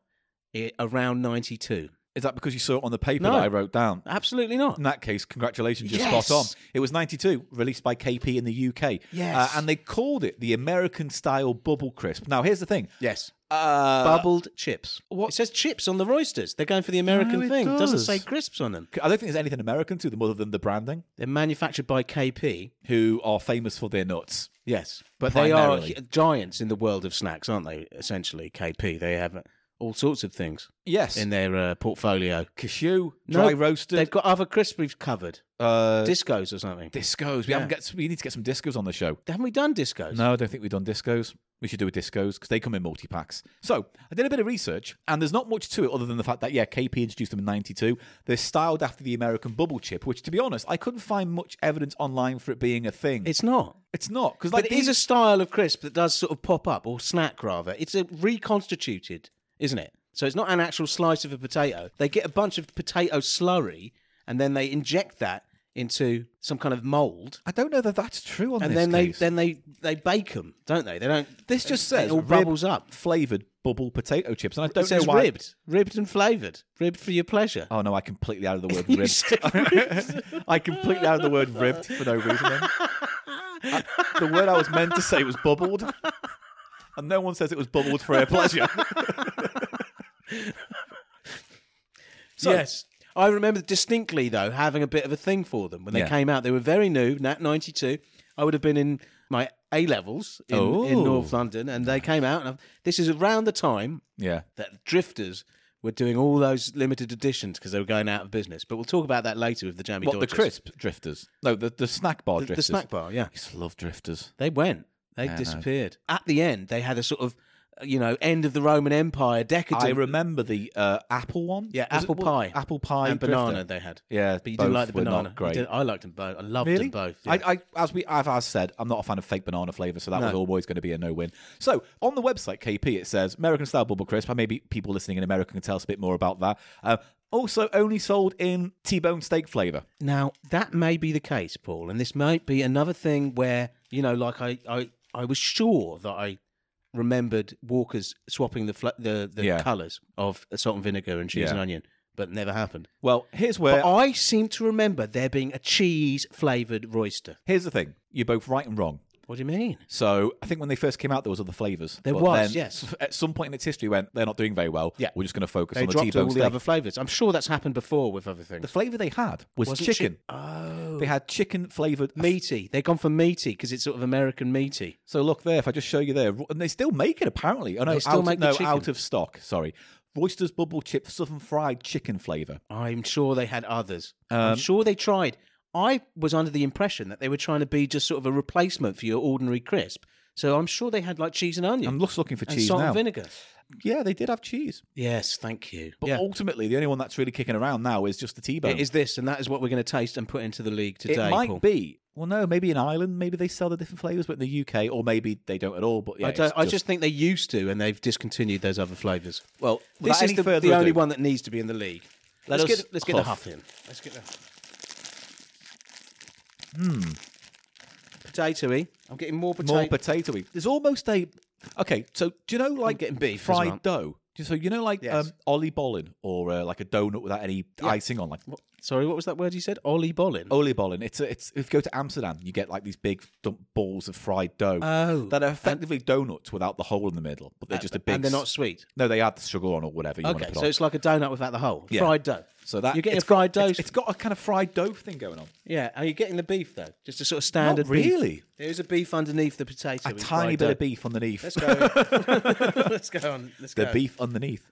S1: i around '92.
S2: Is that because you saw it on the paper
S1: No.
S2: that I wrote down?
S1: Absolutely not.
S2: In that case, congratulations, you're
S1: Yes.
S2: spot on. It was 92, released by KP in the UK.
S1: Yes.
S2: Uh, and they called it the American style bubble crisp. Now, here's the thing.
S1: Yes,
S2: Uh,
S1: bubbled chips.
S2: what-
S1: It says chips on the roysters. They're going for the American
S2: No, it
S1: thing. Doesn't
S2: does.
S1: say crisps on them.
S2: I don't think there's anything American to them other than the branding,
S1: They're manufactured by KP.
S2: who are famous for their nuts.
S1: Yes, but they are
S2: Primarily.
S1: h- giants in the world of snacks, aren't they? Essentially, KP. They have uh, all sorts of things
S2: Yes.
S1: in their uh, portfolio.
S2: cashew,
S1: No,
S2: dry roasted,
S1: They've got other crisps we've covered,
S2: uh,
S1: discos or something.
S2: discos. We, haven't got, we need to get some discos on the show.
S1: Haven't we done discos?
S2: No, I don't think we've done discos. We should do a discos because they come in multi packs. So I did a bit of research, and there's not much to it other than the fact that yeah, KP introduced them in '92. They're styled after the American bubble chip, which, to be honest, I couldn't find much evidence online for it being a thing. It's,
S1: it's not.
S2: not because
S1: But it
S2: like
S1: is
S2: these,
S1: a style of crisp that does sort of pop up or snack rather. It's a reconstituted, isn't it? So it's not an actual slice of a potato. They get a bunch of potato slurry and then they inject that into some kind of mold.
S2: I don't know that that's true on
S1: And
S2: this
S1: then they,
S2: case.
S1: then they they bake them, don't they? They don't.
S2: this just
S1: it
S2: says
S1: all
S2: rib
S1: bubbles up.
S2: flavored bubble potato chips, and I don't
S1: It says
S2: know why.
S1: ribbed, ribbed and flavored, ribbed for your pleasure.
S2: Oh no, I completely out of the word
S1: You
S2: ribbed.
S1: said
S2: I completely out of the word ribbed for no reason. Then. I- the word I was meant to say was bubbled, and no one says it was bubbled for air pleasure. So-
S1: yes. I remember distinctly, though, having a bit of a thing for them when they
S2: Yeah.
S1: came out. They were very new, Nat 92. I would have been in my A levels in, in
S2: Oh.
S1: North London, and they came out. And I've- this is around the time
S2: Yeah.
S1: that Drifters were doing all those limited editions because they were going out of business. But we'll talk about that later with the Jammy
S2: What the
S1: Dodgers.
S2: crisp drifters? No, the, the snack
S1: The-
S2: bar
S1: the,
S2: drifters.
S1: snack bar, yeah.
S2: I used to love drifters.
S1: They went. They
S2: know.
S1: disappeared. At the end, they had a sort of, uh, you know, end of the Roman Empire decadence.
S2: I remember the uh, apple one.
S1: Yeah,
S2: Was it-
S1: apple
S2: what-
S1: pie.
S2: Apple pie
S1: and
S2: drifter.
S1: banana they had.
S2: Yeah,
S1: But you didn't
S2: both
S1: like the
S2: were not
S1: banana. You
S2: Great.
S1: didn't- I liked them both. I loved them both. yeah.
S2: I, I, as we, I've as said, I'm not a fan of fake banana flavour, so that was always going to be a no-win. So on the website KP, it says American style bubble crisp. and Maybe people listening in America can tell us a bit more about that. Uh, also, only sold in T-bone steak flavour.
S1: Now, that may be the case, Paul, and this might be another thing where, you know, like I, I, I was sure that I remembered Walker's swapping the fla the, the
S2: Yeah.
S1: colours of salt and vinegar and cheese
S2: Yeah.
S1: and onion, but it never happened.
S2: Well, here's where
S1: But I seem to remember there being a cheese flavoured royster.
S2: here's the thing: you're both right and wrong.
S1: What do you mean?
S2: So I think when they first came out, there was other flavors.
S1: There was, yes.
S2: At some point in its history, went they're not doing very well.
S1: Yeah.
S2: we're just going to focus
S1: They
S2: on the
S1: dropped
S2: T-bone
S1: all
S2: steak.
S1: the other flavours. I'm sure that's happened before with other things.
S2: The flavor they had was
S1: Wasn't chi-
S2: chicken.
S1: oh.
S2: They had chicken flavored
S1: Meaty. They've gone for meaty because it's sort of American meaty.
S2: So look there. If I just show you there, and they still make it apparently. Oh no,
S1: They still
S2: out,
S1: make the
S2: no,
S1: chicken.
S2: out of stock. Sorry, Roysters Bubble Chip Southern Fried Chicken flavor.
S1: I'm sure they had others.
S2: Um,
S1: I'm sure they tried. I was under the impression that they were trying to be just sort of a replacement for your ordinary crisp. So I'm sure they had like cheese and onion
S2: I'm just looking for
S1: and
S2: cheese
S1: salt
S2: now.
S1: and vinegar.
S2: Yeah, they did have cheese,
S1: Yes, thank you.
S2: but
S1: yeah.
S2: ultimately the only one that's really kicking around now is just the T-bone.
S1: It is this, and that is what we're going to taste and put into the league
S2: It
S1: today.
S2: might
S1: Paul.
S2: be. Well, no, maybe in Ireland, maybe they sell the different flavors, but in the UK, or maybe they don't at all. But yeah,
S1: I, don't,
S2: it's
S1: uh, I just think they used to, and they've discontinued those other flavours.
S2: well.
S1: This
S2: without
S1: is
S2: any
S1: the,
S2: further
S1: the only
S2: ado-
S1: one that needs to be in the league.
S2: Let
S1: let's
S2: us
S1: get, let's get the
S2: huff.
S1: huff in. Let's get the. Hmm. Potatoey. I'm getting more potato.
S2: Hmm. more potatoey. There's almost a okay. So do you know like
S1: getting beef as
S2: fried
S1: well.
S2: dough? Do you- So you know like
S1: Yes.
S2: um, Ollie Bollin or uh, like a donut without any icing on, like
S1: What- Sorry, what was that word you said? Ollie Bollin.
S2: Ollie Bollin. It's a, it's if you go to Amsterdam, you get like these big dump balls of fried dough
S1: Oh. Uh,
S2: that are effectively donuts without the hole in the middle, but they're just a big.
S1: and they're not
S2: s-
S1: sweet.
S2: No, they add the sugar on or whatever you want
S1: Okay,
S2: to put
S1: so
S2: on.
S1: it's like a donut without the hole.
S2: Yeah.
S1: Fried dough.
S2: So that
S1: you're getting
S2: it's
S1: a fried
S2: got-
S1: dough.
S2: it's- it's got a kind of fried dough thing going on.
S1: yeah, are you getting the beef though? Just a sort of standard.
S2: Not
S1: beef.
S2: really.
S1: There is a beef underneath the potato.
S2: A tiny bit of beef underneath.
S1: Let's go. Let's go on. Let's
S2: the
S1: go.
S2: beef underneath.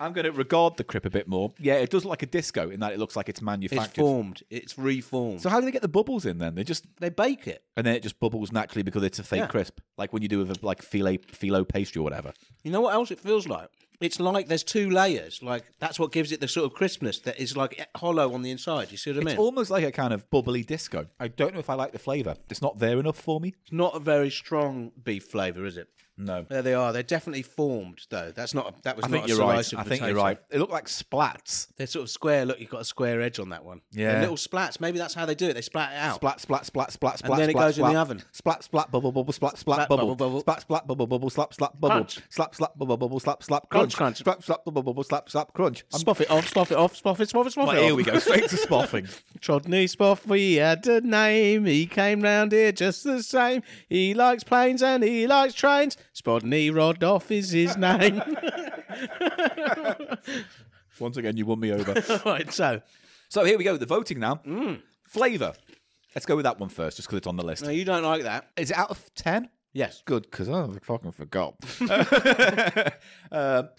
S2: I'm going to regard the crip a bit more. Yeah, it does look like a disco in that it looks like it's
S1: It's
S2: manufactured.
S1: formed. It's reformed.
S2: So how do they get the bubbles in then? They just
S1: they bake it.
S2: and then it just bubbles naturally because it's a fake
S1: Yeah.
S2: crisp, like when you do with a, like filet filo pastry or whatever.
S1: You know what else it feels like? It's like there's two layers. Like that's what gives it the sort of crispness that is like hollow on the inside. You see what I mean?
S2: It's almost like a kind of bubbly disco. I don't know if I like the flavour. It's not there enough for me.
S1: It's not a very strong beef flavour, is it?
S2: No,
S1: There they are. They're definitely formed, though. That's not. A, that was.
S2: I
S1: not
S2: think
S1: a
S2: you're right.
S1: slice of
S2: I think you're
S1: potato.
S2: right. It looked like splats.
S1: They're sort of square. Look, you've got a square edge on that one.
S2: Yeah.
S1: They're little splats. Maybe that's how they do it. They splat it out.
S2: Splat, splat, splat, splat, splat.
S1: then it
S2: splat,
S1: goes in the
S2: splat.
S1: oven.
S2: Splat, splat, bubble, bubble, splat, splat,
S1: Splat,
S2: bubble,
S1: bubble, bubble.
S2: splat, splat, bubble, bubble, slap, slap, bubble,
S1: Crunch.
S2: slap, slap, bubble, bubble, slap, slap, crunch,
S1: Crunch,
S2: slap, slap, bubble, bubble, slap, slap, crunch. I'm-
S1: Spoff it off. Spoff it off. Spoff it. Spoff it. Spoff
S2: Right,
S1: it.
S2: here
S1: off.
S2: we go, straight to spoffing.
S1: Trodney Spoff. We had a name. He came round here just the same. He likes planes and he likes trains. Spodney Rodoff is his name.
S2: Once again, you won me over.
S1: right. So
S2: So here we go, the voting now.
S1: Mm.
S2: Flavour. Let's go with that one first, just because it's on the list.
S1: no, you don't like that.
S2: Is it out of 10?
S1: Yes.
S2: Good, because I fucking forgot.
S1: It's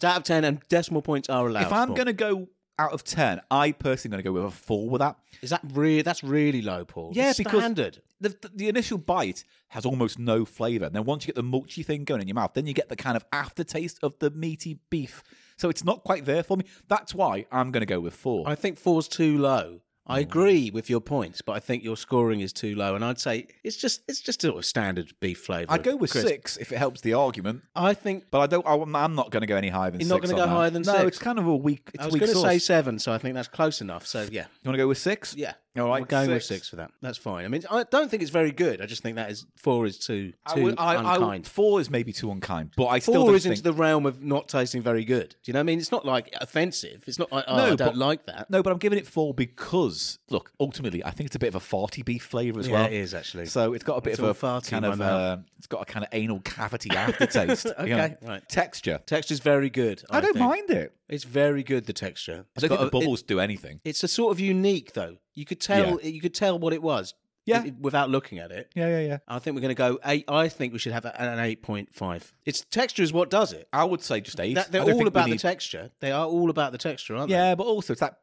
S1: out of ten, and decimal points are allowed.
S2: if I'm
S1: Paul.
S2: going to go out of 10, I personally going to go with a 4 with that.
S1: is that really? That's really low, Paul.
S2: Yeah,
S1: It's
S2: because-
S1: standard.
S2: The, the, the initial bite has almost no flavour. And then once you get the mulchy thing going in your mouth, then you get the kind of aftertaste of the meaty beef. So it's not quite there for me. That's why I'm going to go with 4.
S1: I think four's too low. I agree with your points, but I think your scoring is too low. And I'd say it's just it's just sort of standard beef flavour.
S2: I'd go with 6 if it helps the argument.
S1: I think
S2: But I don't. I'm I'm not going to go any higher than.
S1: You're not
S2: six
S1: gonna
S2: on
S1: go
S2: that.
S1: higher than
S2: no,
S1: six?
S2: it's kind of a weak. It's
S1: I was
S2: weak
S1: going to
S2: sauce.
S1: say seven, so I think that's close enough. So yeah,
S2: you want to go with six?
S1: yeah.
S2: All right,
S1: we're going with
S2: six.
S1: six for that. That's fine. I mean, I don't think it's very good. I just think that is four is too
S2: I
S1: too
S2: would, I, I would-
S1: unkind.
S2: four is maybe too unkind, but I still
S1: Four
S2: don't
S1: is
S2: think.
S1: into the realm of not tasting very good. Do you know what I mean? It's not like offensive. It's not like oh,
S2: No,
S1: I don't
S2: but-
S1: like that.
S2: no, but I'm giving it four because look, ultimately, I think it's a bit of a farty beef flavour as
S1: Yeah,
S2: well.
S1: it is, actually.
S2: So it's got a bit
S1: It's
S2: of a
S1: all farty
S2: kind
S1: in
S2: of
S1: my mouth.
S2: uh, it's got a kind of anal cavity aftertaste. you know.
S1: Okay, right.
S2: Texture.
S1: Texture's very good. I,
S2: I don't
S1: think.
S2: mind it.
S1: It's very good. The texture.
S2: I don't
S1: It's
S2: think the
S1: got a- it-
S2: bubbles do anything.
S1: It's a sort of unique though. You could tell you could tell what it was.
S2: Yeah.
S1: i- without looking at it.
S2: Yeah, yeah, yeah.
S1: I think we're going to go eight. I think we should have a- an eight point five. It's texture is what does it.
S2: I would say just eight.
S1: That,
S2: I
S1: they're
S2: don't think
S1: all
S2: we
S1: about the
S2: need-
S1: texture. They are all about the texture, aren't
S2: Yeah, but also it's that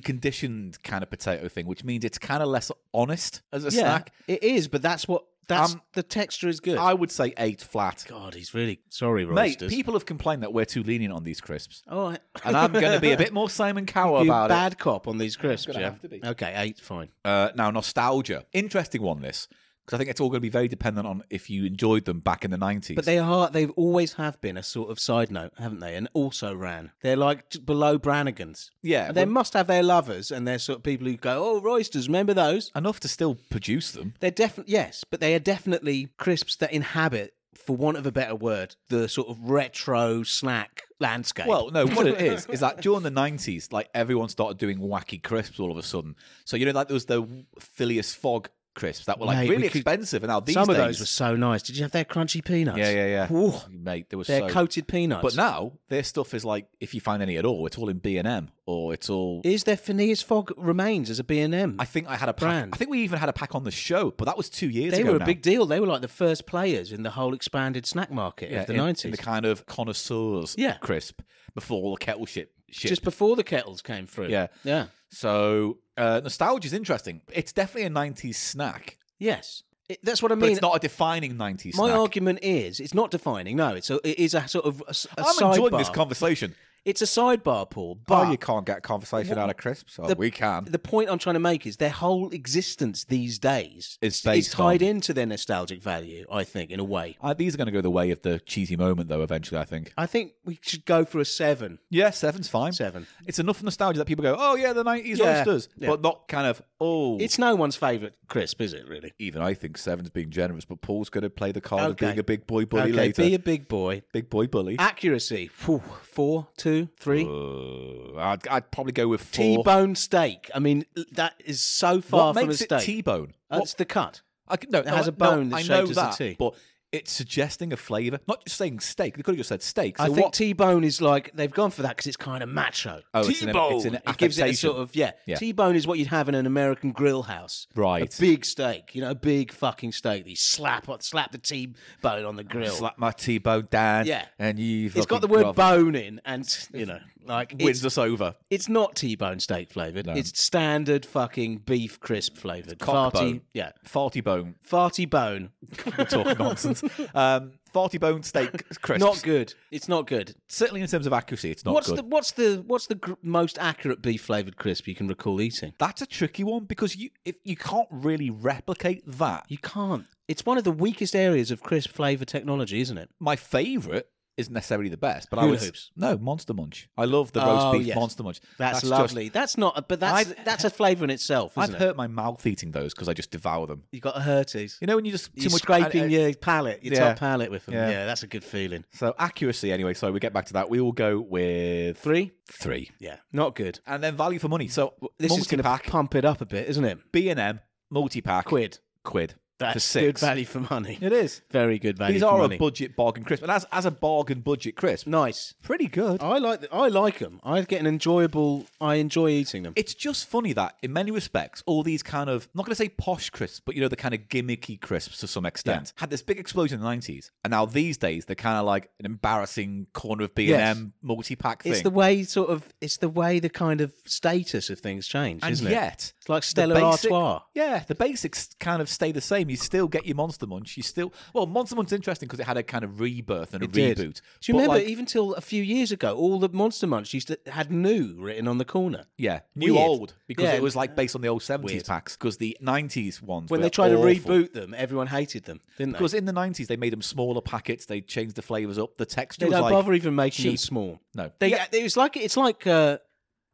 S2: reconditioned kind of potato thing, which means it's kind of less honest as a
S1: they? Yeah,
S2: snack.
S1: it is. But that's what that's
S2: Um,
S1: the texture is good.
S2: I would say eight flat.
S1: God, he's really sorry,
S2: Mate,
S1: roasters.
S2: people have complained that we're too lenient on these crisps,
S1: oh, I-
S2: and I'm going to be a bit more Simon Cowell
S1: You
S2: about
S1: bad cop on these crisps.
S2: gonna
S1: yeah.
S2: have to be.
S1: Okay, eight, fine.
S2: it. Uh, now, nostalgia, interesting one this because I think it's all going to be very dependent on if you enjoyed them back in the nineties.
S1: But they are, they've always have been a sort of side note, haven't they? And also ran. They're like t- below Brannigan's.
S2: yeah,
S1: And they
S2: well,
S1: must have their lovers and their sort of people who go, oh, Roysters, remember those?
S2: enough to still produce them.
S1: They're definitely, yes, but they are definitely crisps that inhabit, for want of a better word, the sort of retro snack landscape.
S2: Well, no, what it is is that during the nineties, like everyone started doing wacky crisps all of a sudden. So you know, like there was the Phileas Fogg crisps that were like
S1: Mate, we
S2: really
S1: could-
S2: expensive, and now these
S1: some
S2: days,
S1: of those were so nice. Did you have their crunchy peanuts?
S2: yeah, yeah, yeah,
S1: Whew,
S2: mate, there was
S1: their
S2: so.
S1: coated peanuts.
S2: but now their stuff is like, if you find any at all, it's all in B and M or it's all.
S1: is there Phineas Fogg remains as a B&M?
S2: I think I had a pack.
S1: Brand.
S2: I think we even had a pack on the show, but that was two years
S1: they
S2: ago.
S1: were a
S2: now.
S1: big deal. They were like the first players in the whole expanded snack market
S2: Yeah,
S1: of the
S2: in- in
S1: 90s.
S2: the kind of connoisseurs
S1: Yeah.
S2: crisp before all the kettle shit. shit.
S1: Just before the kettles came through.
S2: Yeah.
S1: Yeah.
S2: so uh, nostalgia is interesting. It's definitely a '90s snack.
S1: Yes. It- that's what I
S2: But
S1: mean.
S2: it's not a defining '90s.
S1: My
S2: snack.
S1: argument is it's not defining. No, it's a, it is a sort of a, s- a
S2: I'm
S1: sidebar.
S2: enjoying this conversation.
S1: it's a sidebar, Paul. But
S2: oh, you can't get conversation out of crisps. Oh,
S1: the-
S2: we can.
S1: the point I'm trying to make is their whole existence these days
S2: Is
S1: is
S2: based
S1: tied
S2: on-
S1: into their nostalgic value, I think, in a way.
S2: Uh, these are going to go the way of the cheesy moment, though. Eventually, I think.
S1: I think we should go for a seven.
S2: Yeah, seven's fine.
S1: Seven.
S2: It's enough nostalgia that people go, "Oh yeah, the '90s
S1: Yeah.
S2: oysters,"
S1: Yeah.
S2: but not kind of, "Oh."
S1: It's no one's favourite crisp, is it, really?
S2: even I think seven's being generous, but Paul's going to play the card of
S1: Okay.
S2: being a big boy bully
S1: okay,
S2: later.
S1: be a big boy.
S2: big boy bully.
S1: Accuracy. Phew, four, two, three.
S2: Uh, I'd, I'd probably go with four.
S1: T-bone steak. I mean, that is so far
S2: What
S1: from a
S2: makes it
S1: steak.
S2: T-bone?
S1: That's the cut.
S2: I can, no, no,
S1: has a
S2: no,
S1: bone that's
S2: I know
S1: shaped as a
S2: that,
S1: T.
S2: but it's suggesting a flavour. Not just saying steak. They could have just said steak. So
S1: I think
S2: what?
S1: T-bone is like they've gone for that because it's kind of macho.
S2: Oh, it's an- it's an
S1: it gives it a
S2: affectation.
S1: sort of yeah.
S2: Yeah.
S1: T-bone is what you'd have in an American grill house.
S2: Right.
S1: A big steak, you know, a big fucking steak. They slap on, slap the T-bone on the grill.
S2: slap my T-bone down.
S1: Yeah.
S2: and you.
S1: it's got the word bone in, and you know, like
S2: Wins
S1: it's,
S2: us over.
S1: it's not T-bone steak flavored. It's standard fucking beef crisp flavored.
S2: cock bone.
S1: yeah,
S2: Farty bone.
S1: farty bone.
S2: We're talking nonsense. Um, farty bone steak crisps.
S1: Not good. It's not good.
S2: Certainly in terms of accuracy, it's not
S1: what's
S2: good.
S1: the what's the what's the gr- most accurate beef flavored crisp you can recall eating?
S2: That's a tricky one because you if you can't really replicate that.
S1: You can't. It's one of the weakest areas of crisp flavour technology, isn't it?
S2: my favourite isn't necessarily the best, but I
S1: Hula
S2: was
S1: hoops.
S2: no Monster Munch. I love the roast
S1: Oh,
S2: beef
S1: yes.
S2: Monster Munch.
S1: That's,
S2: just-
S1: lovely. that's not, a, but that's
S2: I've-
S1: that's a flavour in itself, isn't
S2: I've
S1: it?
S2: hurt my mouth eating those because I just devour them.
S1: You've got a Herties.
S2: You know when you just too
S1: You're
S2: much
S1: scraping
S2: I- I-
S1: your palate, your
S2: Yeah.
S1: top palate with them. uh, Yeah.
S2: Yeah.
S1: that's a good feeling.
S2: So accuracy, anyway. So we get back to that. We will go with
S1: Three?
S2: three,
S1: Yeah, not good.
S2: and then value for money. So
S1: This is
S2: multi
S1: going to
S2: pack,
S1: pump it up a bit, isn't it?
S2: B and M, multi pack,
S1: Quid.
S2: quid
S1: That's
S2: for
S1: good
S2: six.
S1: value for money.
S2: It is.
S1: Very good value
S2: These
S1: for
S2: are
S1: money.
S2: a budget bargain crisp, and as as a bargain budget crisp,
S1: nice.
S2: pretty good.
S1: I like the, I like them. I get an enjoyable. I enjoy eating them.
S2: It's just funny that in many respects, all these kind of not going to say posh crisps, but you know the kind of gimmicky crisps to some extent had this big explosion in the nineties, and now these days they're kind of like an embarrassing corner of B and M multi pack thing.
S1: It's the way sort of it's the way the kind of status of things change,
S2: and
S1: isn't it?
S2: yet,
S1: It's like
S2: the
S1: Stella
S2: basic-
S1: Artois.
S2: Yeah, the basics kind of stay the same. You still get your Monster Munch. You still well, Monster Munch's interesting because it had a kind of rebirth and a
S1: It did.
S2: reboot.
S1: Do you
S2: But,
S1: remember
S2: like,
S1: even till a few years ago, all the Monster Munch used to had new written on the corner.
S2: yeah, new
S1: Weird.
S2: old because
S1: Yeah.
S2: it was like based on the old seventies
S1: Weird.
S2: packs because the nineties ones
S1: When
S2: were
S1: they tried
S2: awful.
S1: to reboot them, everyone hated them, didn't
S2: Because in the nineties they made them smaller packets. They changed the flavors up. The
S1: they?
S2: texture
S1: They
S2: was
S1: don't
S2: like
S1: bother even making them
S2: cheap.
S1: small.
S2: no.
S1: They,
S2: yeah,
S1: it was like it's like uh,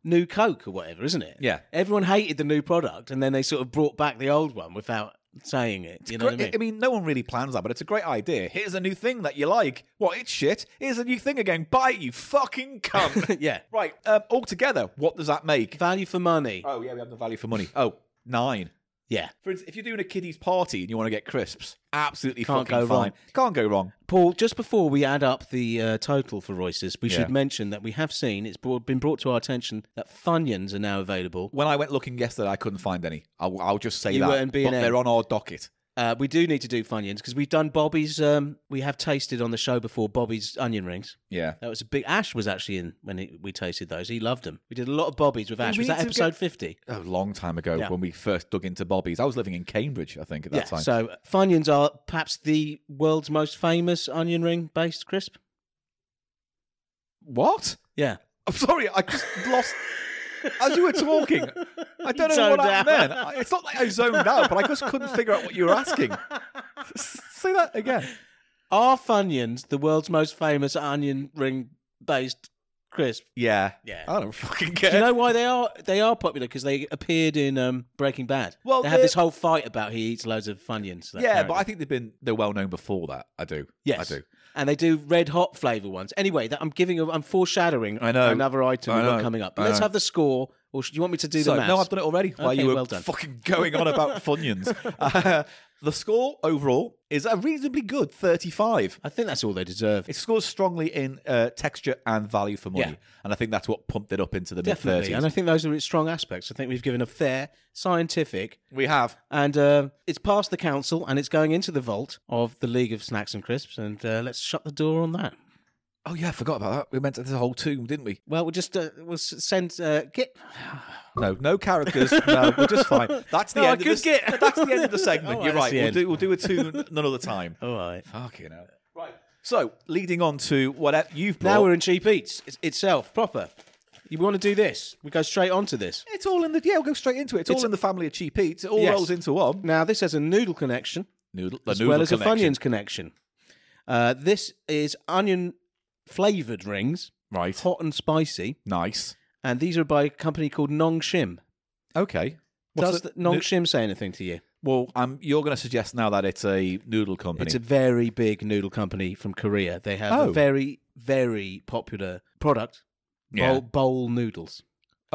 S1: new Coke or whatever, isn't it?
S2: Yeah.
S1: Everyone hated the new product, and then they sort of brought back the old one without saying it. You know what I mean?
S2: I mean, no one really plans that, but it's a great idea. Here's a new thing that you like. What? It's shit. Here's a new thing again. Buy it, you fucking cunt.
S1: yeah.
S2: right. Um, altogether, what does that make?
S1: Value for money.
S2: Oh yeah, we have the value for money. Oh, nine.
S1: Yeah.
S2: For instance, if you're doing a kiddie's party and you want to get crisps, absolutely
S1: Can't go
S2: fucking fine.
S1: wrong.
S2: Can't go wrong.
S1: Paul, just before we add up the uh, total for Royce's, we
S2: Yeah.
S1: should mention that we have seen, it's brought, been brought to our attention that Funyuns are now available.
S2: When I went looking yesterday, I couldn't find any. I'll, I'll just say
S1: You
S2: that.
S1: were in B&M.
S2: But they're on our docket.
S1: Uh, we do need to do Funyuns because we've done Bobby's, um, we have tasted on the show before Bobby's onion rings.
S2: Yeah.
S1: That was a big, Ash was actually in when he, we tasted those. He loved them. We did a lot of Bobby's with Ash.
S2: we
S1: Was
S2: need
S1: that
S2: to
S1: episode
S2: get-
S1: 50?
S2: A long time ago
S1: Yeah.
S2: when we first dug into Bobby's. I was living in Cambridge, I think, at that
S1: yeah.
S2: time.
S1: So Funyuns are perhaps the world's most famous onion ring based crisp.
S2: what?
S1: Yeah.
S2: I'm sorry, I just lost. As you were talking, I don't
S1: You
S2: know
S1: zoned
S2: what happened then.
S1: out.
S2: I- It's not like I zoned out, but I just couldn't figure out what you were asking. Say that again.
S1: Are Funyuns the world's most famous onion ring based crisp?
S2: Yeah.
S1: Yeah.
S2: I don't fucking care.
S1: Do you know why they are they are popular? Because they appeared in um, Breaking Bad.
S2: Well,
S1: they had
S2: they're-
S1: this whole fight about he eats loads of Funyuns. that
S2: yeah,
S1: character.
S2: but I think they've been they're well known before that. I do.
S1: yes,
S2: I do.
S1: And they do red hot flavour ones. Anyway, that I'm giving a, I'm foreshadowing
S2: I know.
S1: another item
S2: I
S1: we've got
S2: know.
S1: coming up. But
S2: I
S1: let's
S2: know.
S1: have the score, or should, you want me to do
S2: So,
S1: the maths?
S2: no, I've done it already. while
S1: Okay,
S2: you were
S1: well done.
S2: fucking going on about Funyuns. Uh, the score overall is a reasonably good 35.
S1: I think that's all they deserve.
S2: It scores strongly in uh, texture and value for money,
S1: Yeah.
S2: and I think that's what pumped it up into the mid
S1: Definitely, and I
S2: thirties.
S1: think those are its strong aspects. I think we've given a fair, scientific,
S2: We have
S1: and uh, it's past the council, and it's going into the vault of the League of Snacks and Crisps. And uh, let's shut the door on that.
S2: Oh yeah, I forgot about that. We meant to the whole tomb, didn't we?
S1: Well, we'll just uh, we'll s- send uh, get
S2: No, no characters. no, we're just fine. That's the
S1: No, I
S2: end. of
S1: could
S2: this,
S1: get-
S2: That's the end of the segment.
S1: All
S2: You're
S1: right,
S2: right.
S1: that's the
S2: We'll
S1: end.
S2: do, we'll do a tune another time.
S1: All right.
S2: Fucking hell. Right. So leading on to what e- you've brought.
S1: Now we're in cheap eats it's itself proper. You want to do this? We go straight onto this.
S2: It's all in the yeah. We'll go straight into it. It's, all
S1: It's-
S2: in the family of cheap eats. It all
S1: Yes.
S2: rolls into one.
S1: Now this has a noodle connection
S2: Noodle, the
S1: as well as a Funyuns connection. Uh, this is onion flavored rings,
S2: Right.
S1: hot and spicy,
S2: Nice.
S1: and these are by a company called Nong Shim.
S2: Okay.
S1: Does the, Nong Shim say anything to you?
S2: well, um, you're going to suggest now that it's a noodle company.
S1: It's a very big noodle company from Korea. They have
S2: Oh.
S1: a very very popular product,
S2: Yeah.
S1: bowl, bowl noodles.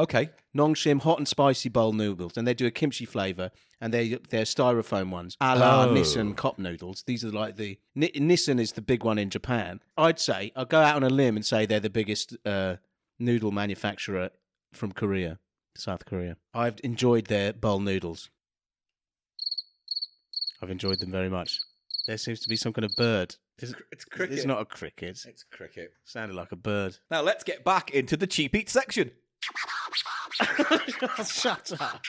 S2: okay.
S1: Nongshim hot and spicy bowl noodles, and they do a kimchi flavor, and they they're styrofoam ones, a la
S2: Oh.
S1: Nissan cup noodles. These are like the Ni- Nissan is the big one in Japan. I'd say I'll go out on a limb and say they're the biggest uh, noodle manufacturer from Korea, South Korea. I've enjoyed their bowl noodles. I've enjoyed them very much. There seems to be some kind of bird. It's,
S2: It's
S1: it's not a cricket. It
S2: It's cricket.
S1: sounded like a bird.
S2: Now let's get back into the cheap eat section.
S1: Shut up.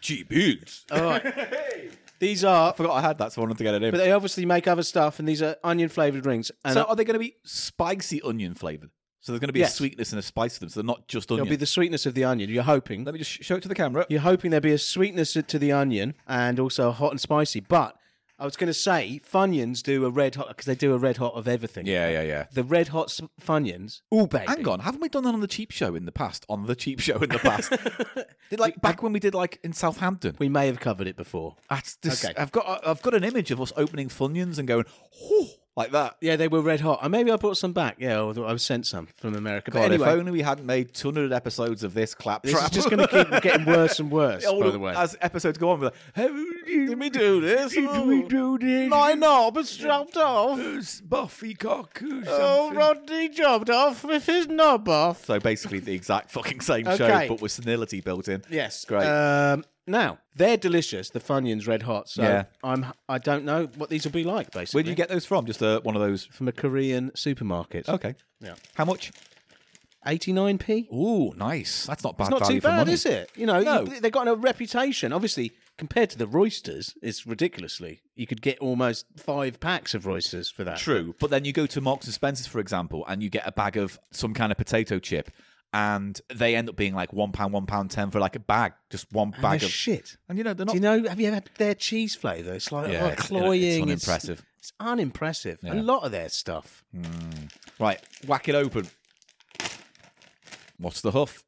S2: Cheap eats.
S1: All right. These are
S2: I forgot I had that, so I wanted to get it in.
S1: But they obviously make other stuff, and these are onion flavored rings. And
S2: so
S1: uh,
S2: are they going to be spicy onion flavored? So there's going to be
S1: Yes.
S2: a sweetness and a spice to them. So they're not just
S1: there'll
S2: onion.
S1: be the sweetness of the onion. You're hoping.
S2: Let me just sh- show it to the camera.
S1: You're hoping there'll be a sweetness to the onion and also hot and spicy. But I was going to say, Funyuns do a red hot because they do a red hot of everything.
S2: Yeah, yeah, yeah.
S1: The red hot s- Funyuns. Ooh, baby.
S2: Hang on, haven't we done that on the cheap show in the past? On the cheap show in the past, did like back when we did like in Southampton.
S1: We may have covered it before.
S2: That's dis-
S1: Okay.
S2: I've got I've got an image of us opening Funyuns and going, "Whew," like that.
S1: Yeah, they were red hot. And maybe I brought some back. Yeah, or I was sent some from America.
S2: God,
S1: but anyway,
S2: if only we hadn't made 200 episodes of this claptrap.
S1: this is just going to keep getting worse and worse.
S2: All
S1: by the way,
S2: as episodes go on, we're like, "How did we do this? Did we do this?
S1: my knob has dropped off.
S2: Buffy cock.
S1: Oh, Rodney dropped off with his knob off.
S2: So basically, the exact fucking same show,
S1: Okay.
S2: but with senility built in.
S1: Yes,
S2: Great.
S1: Um, now they're delicious, the Funyuns Red Hot. So
S2: Yeah.
S1: I'm I don't know what these will be like basically.
S2: Where do you get those from? Just uh, one of those.
S1: from a Korean supermarket?
S2: Okay.
S1: Yeah.
S2: How much?
S1: 89p.
S2: Ooh, nice. That's not bad.
S1: It's not
S2: value
S1: too
S2: for
S1: bad,
S2: money.
S1: is it? You know,
S2: No.
S1: you- they've got a reputation. Obviously, compared to the Roysters, it's ridiculously. You could get almost five packs of Roysters for that.
S2: True, but then you go to Marks and Spencers, for example, and you get a bag of some kind of potato chip, and they end up being like one pound, one pound ten for like a bag, just one
S1: And
S2: bag
S1: they're
S2: of.
S1: shit.
S2: and you know they're
S1: Do
S2: not.
S1: you know? Have you ever had their cheese flavour? It's like
S2: Yeah,
S1: oh,
S2: it's- it's
S1: cloying.
S2: unimpressive.
S1: It's, unimpressive.
S2: Yeah.
S1: A lot of their stuff.
S2: Right, whack it open. What's the huff?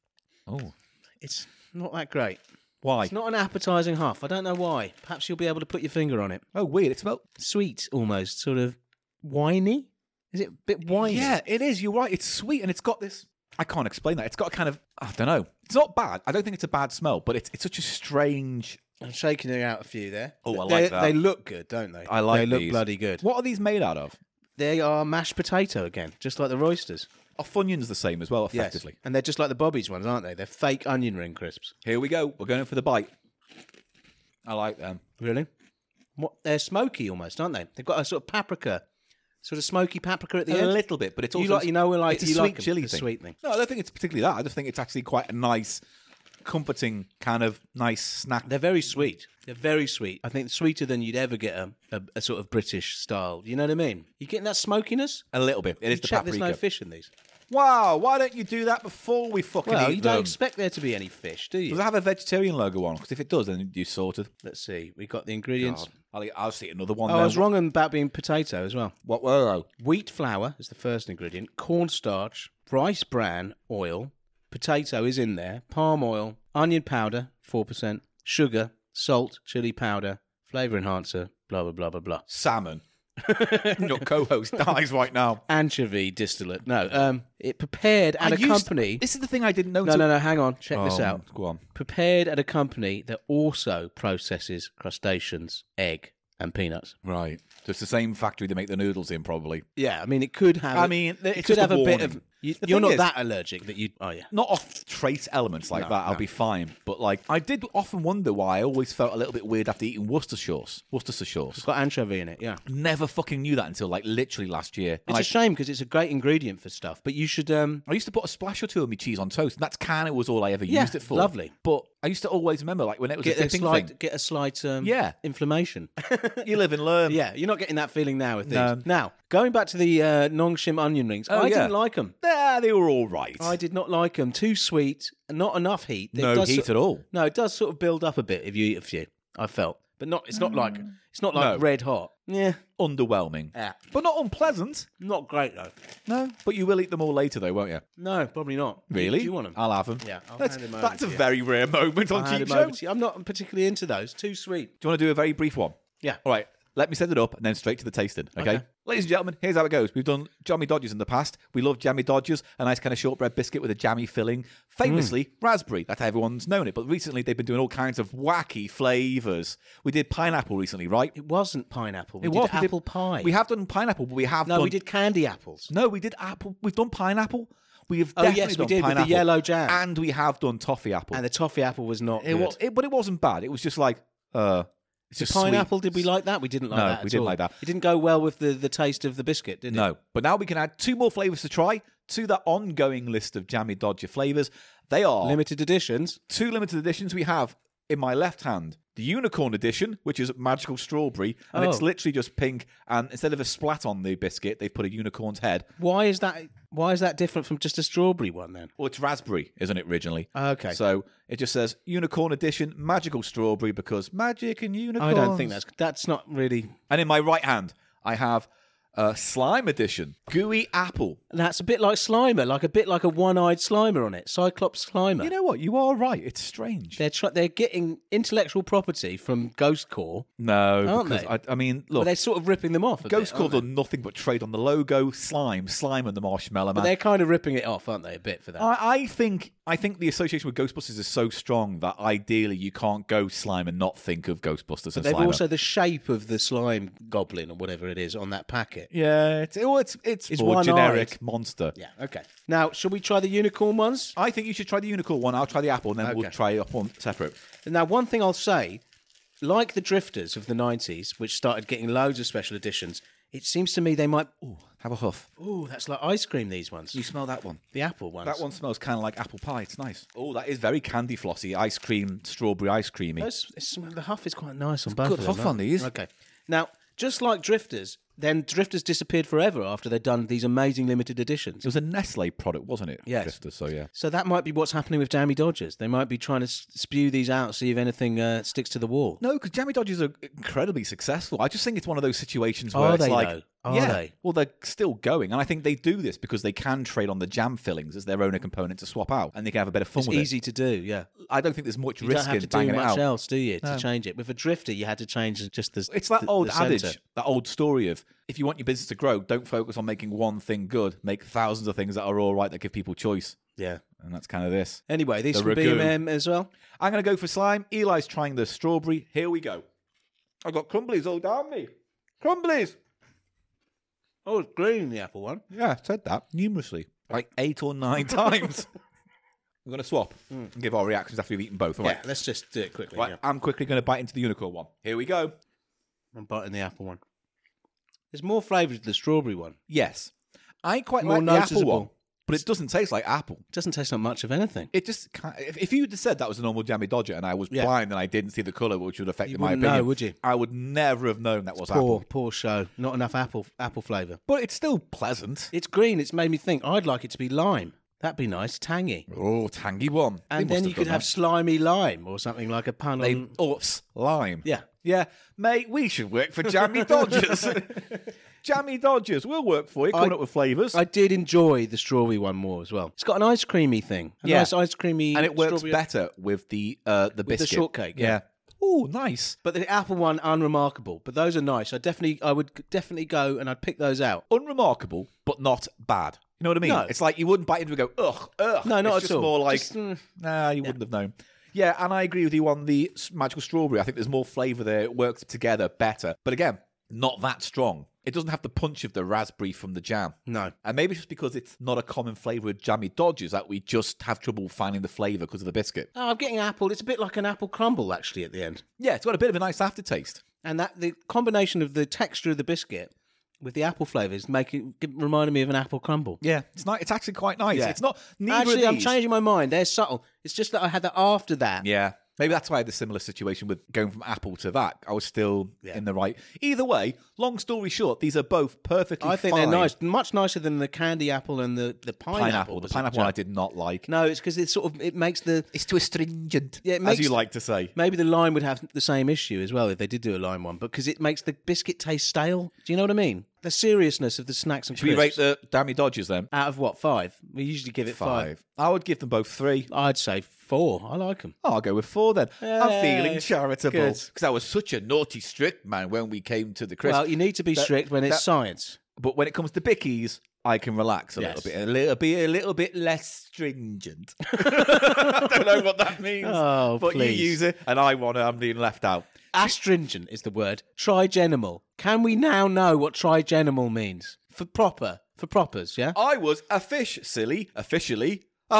S2: Oh,
S1: It's not that great.
S2: why?
S1: It's not an appetising huff. I don't know why. Perhaps you'll be able to put your finger on it.
S2: oh, weird. It smells.
S1: Sweet, almost, sort of winey. Is it a bit winey?
S2: Yeah, it is. You're right. It's sweet, and it's got this. I can't explain that. It's got a kind of. I don't know. It's not bad. I don't think it's a bad smell, but it's it's such a strange
S1: I'm shaking out a few there.
S2: Oh, I
S1: they,
S2: like that.
S1: They look good, don't they?
S2: I like
S1: They look
S2: these.
S1: bloody good.
S2: What are these made out of?
S1: They are mashed potato again, just like the Roysters.
S2: Are Funyuns the same as well, effectively?
S1: And they're just like the Bobby's ones, aren't they? They're fake onion ring crisps.
S2: Here we go. We're going for the bite. I like them.
S1: Really? What? They're smoky almost, aren't they? They've got a sort of paprika, sort of smoky paprika at the
S2: a
S1: end.
S2: little bit, but it's
S1: You
S2: also
S1: like- you know, we like-
S2: it's a
S1: you
S2: sweet
S1: like 'em,
S2: chili
S1: the
S2: thing.
S1: sweet thing.
S2: No, I don't think it's particularly that. I just think it's actually quite a nice, comforting kind of nice snack.
S1: They're very sweet. They're very sweet. I think sweeter than you'd ever get a, a, a sort of British style. You know what I mean? You getting that smokiness?
S2: A little bit. It is
S1: You
S2: the
S1: check there's no
S2: paprika.
S1: fish in these.
S2: Wow, why don't you do that before we fucking
S1: Well, um,
S2: eat
S1: you don't
S2: them?
S1: expect there to be any fish, do
S2: Does it
S1: you?
S2: have a vegetarian logo on? Because if it does, then you sorted.
S1: Let's see. We got the ingredients.
S2: I'll, eat, I'll see another one.
S1: Oh,
S2: then.
S1: I was wrong about being potato as well.
S2: What were I?
S1: Wheat flour is the first ingredient, cornstarch, rice bran oil, potato is in there, palm oil, onion powder, 4%, sugar, salt, chili powder, flavour enhancer, blah, blah, blah, blah, blah.
S2: Salmon. Your co-host dies right now.
S1: Anchovy distillate. No, um, it prepared at
S2: I
S1: a
S2: used-
S1: company.
S2: This is the thing I didn't know.
S1: No,
S2: until-
S1: no, no, hang on. Check this
S2: Oh,
S1: out.
S2: Go on.
S1: Prepared at a company that also processes crustaceans, egg, and peanuts.
S2: Right. So it's the same factory they make the noodles in, probably.
S1: Yeah, I mean, it could have.
S2: I mean,
S1: it
S2: it's
S1: could
S2: just a
S1: have a, bit of.
S2: warning.
S1: You,
S2: The
S1: you're
S2: thing
S1: not
S2: is-
S1: that allergic that you. Oh yeah.
S2: Not off trace elements like that, I'll be fine. But like, I did often wonder why I always felt a little bit weird after eating Worcestershire sauce. Worcestershire sauce.
S1: It's got anchovy in it. Yeah.
S2: Never fucking knew that until like literally last year.
S1: It's
S2: And I,
S1: a shame because it's a great ingredient for stuff, but you should. Um,
S2: I used to put a splash or two of my cheese on toast, and that's kind of was all I ever
S1: Yeah,
S2: used it for.
S1: lovely.
S2: But I used to always remember, like when it was
S1: get
S2: a
S1: a
S2: dipping
S1: slight,
S2: thing.
S1: get a slight, um,
S2: Yeah.
S1: inflammation.
S2: You live and learn.
S1: yeah, you're not getting that feeling now with these.
S2: No.
S1: Now, going back to the uh, Nongshim onion rings,
S2: Oh,
S1: I
S2: yeah.
S1: didn't like them.
S2: Nah, they were all right.
S1: I did not like them. Too sweet, not enough heat. It
S2: No
S1: does
S2: heat
S1: so-
S2: at all.
S1: No, it does sort of build up a bit if you eat a few. I felt, but not. It's not like it's not like
S2: No.
S1: red hot. Yeah,
S2: Underwhelming.
S1: Yeah.
S2: But not unpleasant.
S1: not great though.
S2: No. But you will eat them all later, though, won't you?
S1: No, probably not. Do-
S2: Really? Uh,
S1: Do you want them?
S2: I'll have them.
S1: Yeah, I'll
S2: that's,
S1: hand 'em over
S2: that's
S1: to
S2: a
S1: you.
S2: very rare moment on Cheap Show. Do
S1: I'm not particularly into those. Too sweet.
S2: you want to do a very brief one?
S1: Yeah.
S2: All right. Let me set it up and then straight to the tasting. Okay.
S1: Okay.
S2: Ladies and gentlemen, here's how it goes. We've done jammy dodgers in the past. We love jammy dodgers, a nice kind of shortbread biscuit with a jammy filling. Famously,
S1: Mm.
S2: raspberry. That's how everyone's known it. But recently, they've been doing all kinds of wacky flavours. We did pineapple recently, right?
S1: It wasn't pineapple. We
S2: It
S1: did
S2: was- we did-
S1: apple pie.
S2: We have done pineapple, but we have
S1: no,
S2: done
S1: we did candy apples.
S2: No, we did apple. We've done pineapple. We have
S1: Oh,
S2: definitely
S1: yes, we
S2: done
S1: did, with the
S2: pineapple.
S1: yellow jam.
S2: and we have done toffee apple.
S1: And the toffee apple was not
S2: it
S1: good.
S2: was, it, but it wasn't bad. It was just like uh, it's just sweet.
S1: pineapple, did we like that? We didn't like
S2: No,
S1: that.
S2: we
S1: at
S2: didn't
S1: all.
S2: like that.
S1: It didn't go well with the, the taste of the biscuit, did it?
S2: No, but now we can add two more flavors to try to that ongoing list of jammy dodger flavors. They are
S1: Limited editions.
S2: two limited editions. We have in my left hand the unicorn edition, which is magical strawberry, and it's
S1: Oh.
S2: literally just pink. And instead of a splat on the biscuit, they've put a unicorn's head.
S1: Why is that? Why is that different from just a strawberry one then?
S2: Well, it's raspberry, isn't it, originally?
S1: Ah, Okay.
S2: So it just says unicorn edition, magical strawberry, because magic and
S1: I
S2: unicorns.
S1: don't think that's that's not really.
S2: And in my right hand, I have uh, slime edition, gooey apple.
S1: That's a bit like Slimer, like a bit like a one-eyed Slimer on it, Cyclops Slimer.
S2: You know what? You are right. It's strange.
S1: they're try- they're getting intellectual property from Ghost Core,
S2: no,
S1: Aren't
S2: because
S1: they?
S2: I, I mean,
S1: but
S2: look,
S1: they're sort of ripping them off. a
S2: Ghost
S1: bit,
S2: Core
S1: aren't they?
S2: done nothing but trade on the logo, slime, slime, and the marshmallow
S1: But
S2: man.
S1: they're kind of ripping it off, aren't they? A bit for that.
S2: I, I think I think the association with Ghostbusters is so strong that ideally you can't go slime and not think of Ghostbusters and
S1: They've
S2: Slimer.
S1: also the shape of the slime goblin or whatever it is on that packet.
S2: yeah, it's oh, it's it's,
S1: It's
S2: more
S1: one-eyed.
S2: generic monster.
S1: Yeah. Okay. Now, shall we try the unicorn ones?
S2: I think you should try the unicorn one. I'll try the apple, and then we'll
S1: Okay.
S2: try up one separate.
S1: Now, one thing I'll say, like the Drifters of the '90s, which started getting loads of special editions, it seems to me they might. Ooh,
S2: Have a huff.
S1: ooh that's like ice cream. These ones,
S2: You smell that one.
S1: the apple ones.
S2: That one smells kind of like apple pie. It's nice. Oh, that is very candy flossy ice cream, strawberry ice creamy.
S1: Those- it's- the huff is quite nice on both.
S2: good
S1: of them,
S2: huff on
S1: aren't it?
S2: these.
S1: Okay. Now, just like Drifters, then Drifters disappeared forever after they'd done these amazing limited editions.
S2: It was a Nestle product, wasn't it?
S1: Yes.
S2: Drifter, so yeah.
S1: So that might be what's happening with Jammy Dodgers. They might be trying to s- spew these out, see if anything uh, sticks to the wall.
S2: No, because Jammy Dodgers are incredibly successful. I just think it's one of those situations where
S1: Are
S2: it's
S1: they,
S2: like,
S1: though? Are
S2: yeah,
S1: they?
S2: well, they're still going, and I think they do this because they can trade on the jam fillings as their owner component to swap out, and they can have a bit of fun
S1: It's
S2: with
S1: easy to do, yeah.
S2: it. I don't think there's much
S1: You
S2: risk
S1: don't have
S2: in
S1: to do
S2: banging it
S1: much
S2: out.
S1: else, do you, to change it? With a drifter, you had to change just the.
S2: It's that
S1: the-
S2: old
S1: the
S2: adage,
S1: centre.
S2: that old story of if you want your business to grow, don't focus on making one thing good. Make thousands of things that are all right that give people choice.
S1: Yeah,
S2: And that's kind of this.
S1: Anyway, these
S2: The
S1: from
S2: ragout.
S1: BMM as well.
S2: I'm going to go for slime. Eli's trying the strawberry. Here we go. I got crumblies all down me. Crumblies.
S1: Oh, it's green, the apple one.
S2: Yeah, I said that numerously, like eight or nine times. We're going to swap and give our reactions after we've eaten both. All right.
S1: Yeah, let's just do it quickly.
S2: Right,
S1: Hmm. yeah.
S2: I'm quickly going to bite into the unicorn one. Here we go.
S1: I'm biting the apple one. There's more flavour to the strawberry one.
S2: Yes, I quite
S1: More
S2: like the apple one,
S1: noticeable.
S2: but it doesn't taste like apple.
S1: Doesn't taste like much of anything.
S2: It just kind if, if you'd have said that was a normal jammy dodger and I was
S1: Yeah.
S2: blind and I didn't see the color, which would affect
S1: You
S2: my
S1: wouldn't
S2: opinion,
S1: know, would you?
S2: I would never have known that was
S1: Poor,
S2: apple.
S1: poor show. Not enough apple apple flavour.
S2: But it's still pleasant.
S1: It's green. It's made me think I'd like it to be lime. That'd be nice, tangy.
S2: Oh, tangy one. They
S1: And
S2: must
S1: then you could
S2: done
S1: have
S2: that.
S1: slimy lime or something like a pun
S2: They-
S1: on.
S2: oh, slime.
S1: Yeah.
S2: yeah, mate. We should work for Jammy Dodgers. jammy Dodgers, we'll work for you. Coming up with flavors,
S1: I did enjoy the strawberry one more as well. It's got an ice creamy thing. A
S2: Yeah.
S1: nice ice creamy.
S2: and it works
S1: strawberry-
S2: better with the uh, the
S1: With the
S2: biscuit
S1: shortcake, yeah.
S2: Oh, nice.
S1: But the apple one, unremarkable. But those are nice. I definitely, I would definitely go and I'd pick those out.
S2: Unremarkable, but not bad. You know what I mean?
S1: No.
S2: It's like you wouldn't bite into it and go, ugh, ugh.
S1: No, not
S2: it's
S1: at
S2: just
S1: all.
S2: more like,
S1: Just, mm.
S2: nah, you wouldn't have known. Yeah, and I agree with you on the s- magical strawberry. I think there's more flavour there. It works together better. But again, not that strong. It doesn't have the punch of the raspberry from the jam.
S1: No.
S2: And maybe it's just because it's not a common flavour with jammy dodgers that we just have trouble finding the flavour because of the biscuit.
S1: Oh, I'm getting apple. It's a bit like an apple crumble actually at the end.
S2: Yeah, it's got a bit of a nice aftertaste.
S1: And that the combination of the texture of the biscuit with the apple flavours making reminded me of an apple crumble.
S2: Yeah, it's ni- It's actually quite nice.
S1: Yeah.
S2: It's not. Neither of
S1: Actually, I'm
S2: these-
S1: changing my mind. They're subtle. It's just that I had that after that.
S2: Yeah. Maybe that's why I had a similar situation with going from Apple to that. I was still in the right. Either way, long story short, these are both perfectly.
S1: I think
S2: fine.
S1: they're nice, much nicer than the candy apple and the the pineapple.
S2: Pineapple. the
S1: was it,
S2: pineapple one I
S1: Jack?
S2: did not like.
S1: No, it's because it sort of it makes the
S2: It's too astringent.
S1: Yeah, it makes-
S2: as you like to say.
S1: maybe the lime would have the same issue as well if they did do a lime one, but because it makes the biscuit taste stale. Do you know what I mean? The seriousness of the snacks and
S2: Should we rate
S1: crisps.
S2: the Dammy Dodgers then?
S1: out of what five? We usually give it five.
S2: I would give them both three.
S1: I'd say four. I like them.
S2: Oh, I'll go with four then. I'm
S1: Hey,
S2: feeling charitable
S1: good.
S2: because I was such a naughty, strict man when we came to the Christmas.
S1: Well, you need to be
S2: That-
S1: strict when it's
S2: that-
S1: science.
S2: but when it comes to bickies, I can relax a
S1: Yes.
S2: little bit, a little bit, a little bit less stringent. I don't know what that means,
S1: Oh,
S2: but
S1: please.
S2: you use it, and I want it. I'm being left out.
S1: Astringent is the word. Trigeminal. Can we now know what trigeminal means for proper for propers? Yeah.
S2: I was a fish, silly, officially.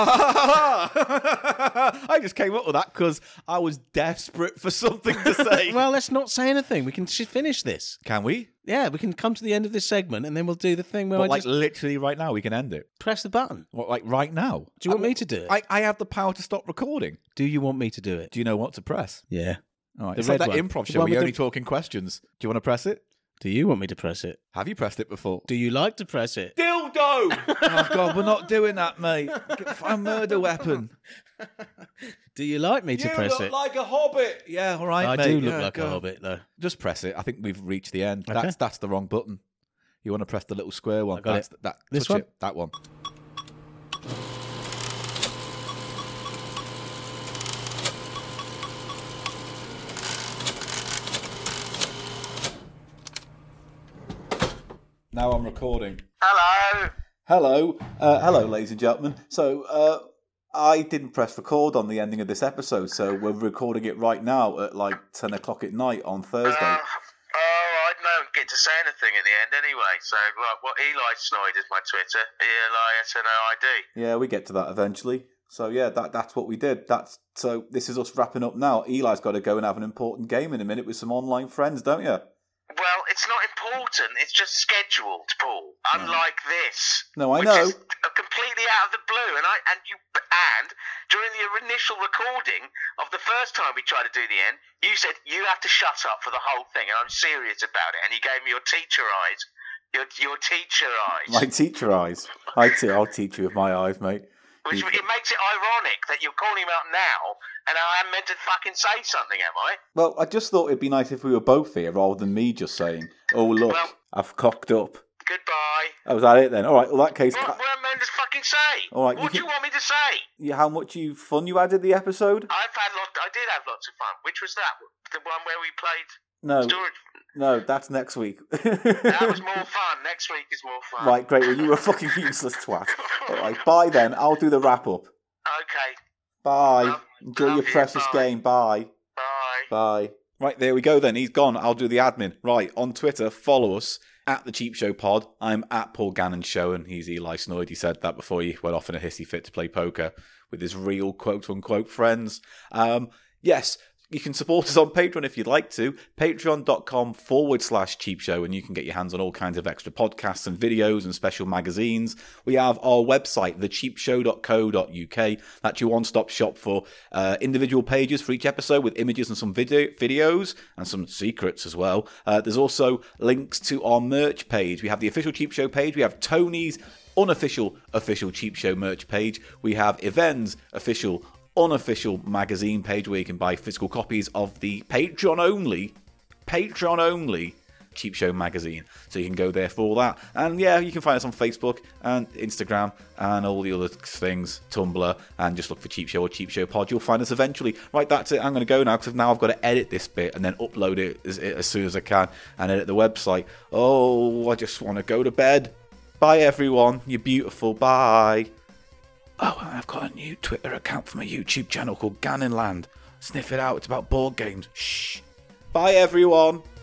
S2: I just came up with that because I was desperate for something to say.
S1: Well, let's not say anything. We can sh- finish this.
S2: can we?
S1: Yeah, we can come to the end of this segment and then we'll do the thing where
S2: But
S1: I
S2: like
S1: just
S2: literally right now, we can end it.
S1: press the button.
S2: What, like right now?
S1: Do you want me to do it?
S2: I, I have the power to stop recording.
S1: do you want me to do it?
S2: Do you know what to press?
S1: Yeah.
S2: All right.
S1: The
S2: It's like
S1: red
S2: that
S1: one.
S2: improv
S1: The
S2: show.
S1: one
S2: We
S1: with the-
S2: only talking questions. Do you want to press it?
S1: Do you want me to press it?
S2: Have you pressed it before?
S1: Do you like to press it?
S2: dildo. oh God, we're not doing that, mate. A murder weapon.
S1: Do you like me to press it?
S2: like a hobbit. Yeah, all right.
S1: I
S2: mate.
S1: do look
S2: Yeah,
S1: like
S2: go.
S1: a hobbit though.
S2: Just press it. I think we've reached the end. That's that's the wrong button. You want to press the little square one?
S1: got
S2: that's
S1: it.
S2: that.
S1: This
S2: touch
S1: one?
S2: It, that one. Now I'm recording.
S5: Hello.
S2: Hello, uh, hello, ladies and gentlemen. So uh, I didn't press record on the ending of this episode, so we're recording it right now at like ten o'clock at night on Thursday.
S5: Uh, oh, I don't get to say anything at the end anyway. So, right, what Eli Snoid is my Twitter. Eli S N O I D.
S2: Yeah, we get to that eventually. So yeah, that that's what we did. That's so this is us wrapping up now. Eli's got to go and have an important game in a minute with some online friends, don't you?
S5: Well, it's not important. It's just scheduled, Paul. Unlike this.
S2: No, I
S5: which
S2: know.
S5: Is completely out of the blue, and I and you and during the initial recording of the first time we tried to do the end, you said you have to shut up for the whole thing, and I'm serious about it. And you gave me your teacher eyes. Your, your teacher eyes.
S2: My teacher eyes. I te- I'll teach you with my eyes, mate.
S5: Which it makes it ironic that you're calling him out now, and I am meant to fucking say something, am I?
S2: Well, I just thought it'd be nice if we were both here rather than me just saying, "Oh look,
S5: Well-
S2: I've cocked up."
S5: Goodbye.
S2: That was that it then. All right. Well, that case.
S5: What, what am I meant to fucking say?
S2: All right, you
S5: what do
S2: can-
S5: you want me to say?
S2: you- how much you fun you had in the episode?
S5: I've had lot. I did have lots of fun. Which was that? The one where we played
S2: No,
S5: storage.
S2: no, that's next week.
S5: That was more fun. Next week is more fun.
S2: right, great. Well, you were a fucking useless twat. All right, bye then. I'll do the wrap up. Bye.
S5: Love-
S2: Enjoy
S5: love
S2: your
S5: you.
S2: precious
S5: Bye.
S2: game. Bye.
S5: Bye.
S2: Bye. Right, there we go then. He's gone. I'll do the admin. Right, on Twitter, follow us at The Cheap Show Pod. I'm at Paul Gannon Show, and he's Eli Snoid. He said that before he went off in a hissy fit to play poker with his real quote unquote friends. Um, yes, you can support us on Patreon if you'd like to. Patreon.com forward slash cheap show, and you can get your hands on all kinds of extra podcasts and videos and special magazines. We have our website, thecheapshow.co.uk. That's your one stop shop for uh, individual pages for each episode with images and some video videos and some secrets as well. Uh, there's also links to our merch page. We have the official cheap show page, we have Tony's unofficial official cheap show merch page, we have Evans official unofficial magazine page where you can buy physical copies of the Patreon only, Patreon only Cheap Show magazine. So you can go there for all that. And yeah, you can find us on Facebook and Instagram and all the other things, Tumblr, and just look for Cheap Show or Cheap Show Pod. You'll find us eventually. Right, that's it. I'm going to go now because now I've got to edit this bit and then upload it as, as soon as I can and edit the website. Oh, I just want to go to bed. Bye, everyone. You're beautiful. Bye. Oh, and I've got a new Twitter account for my YouTube channel called Ganonland. Sniff it out, it's about board games. Shh. Bye, everyone.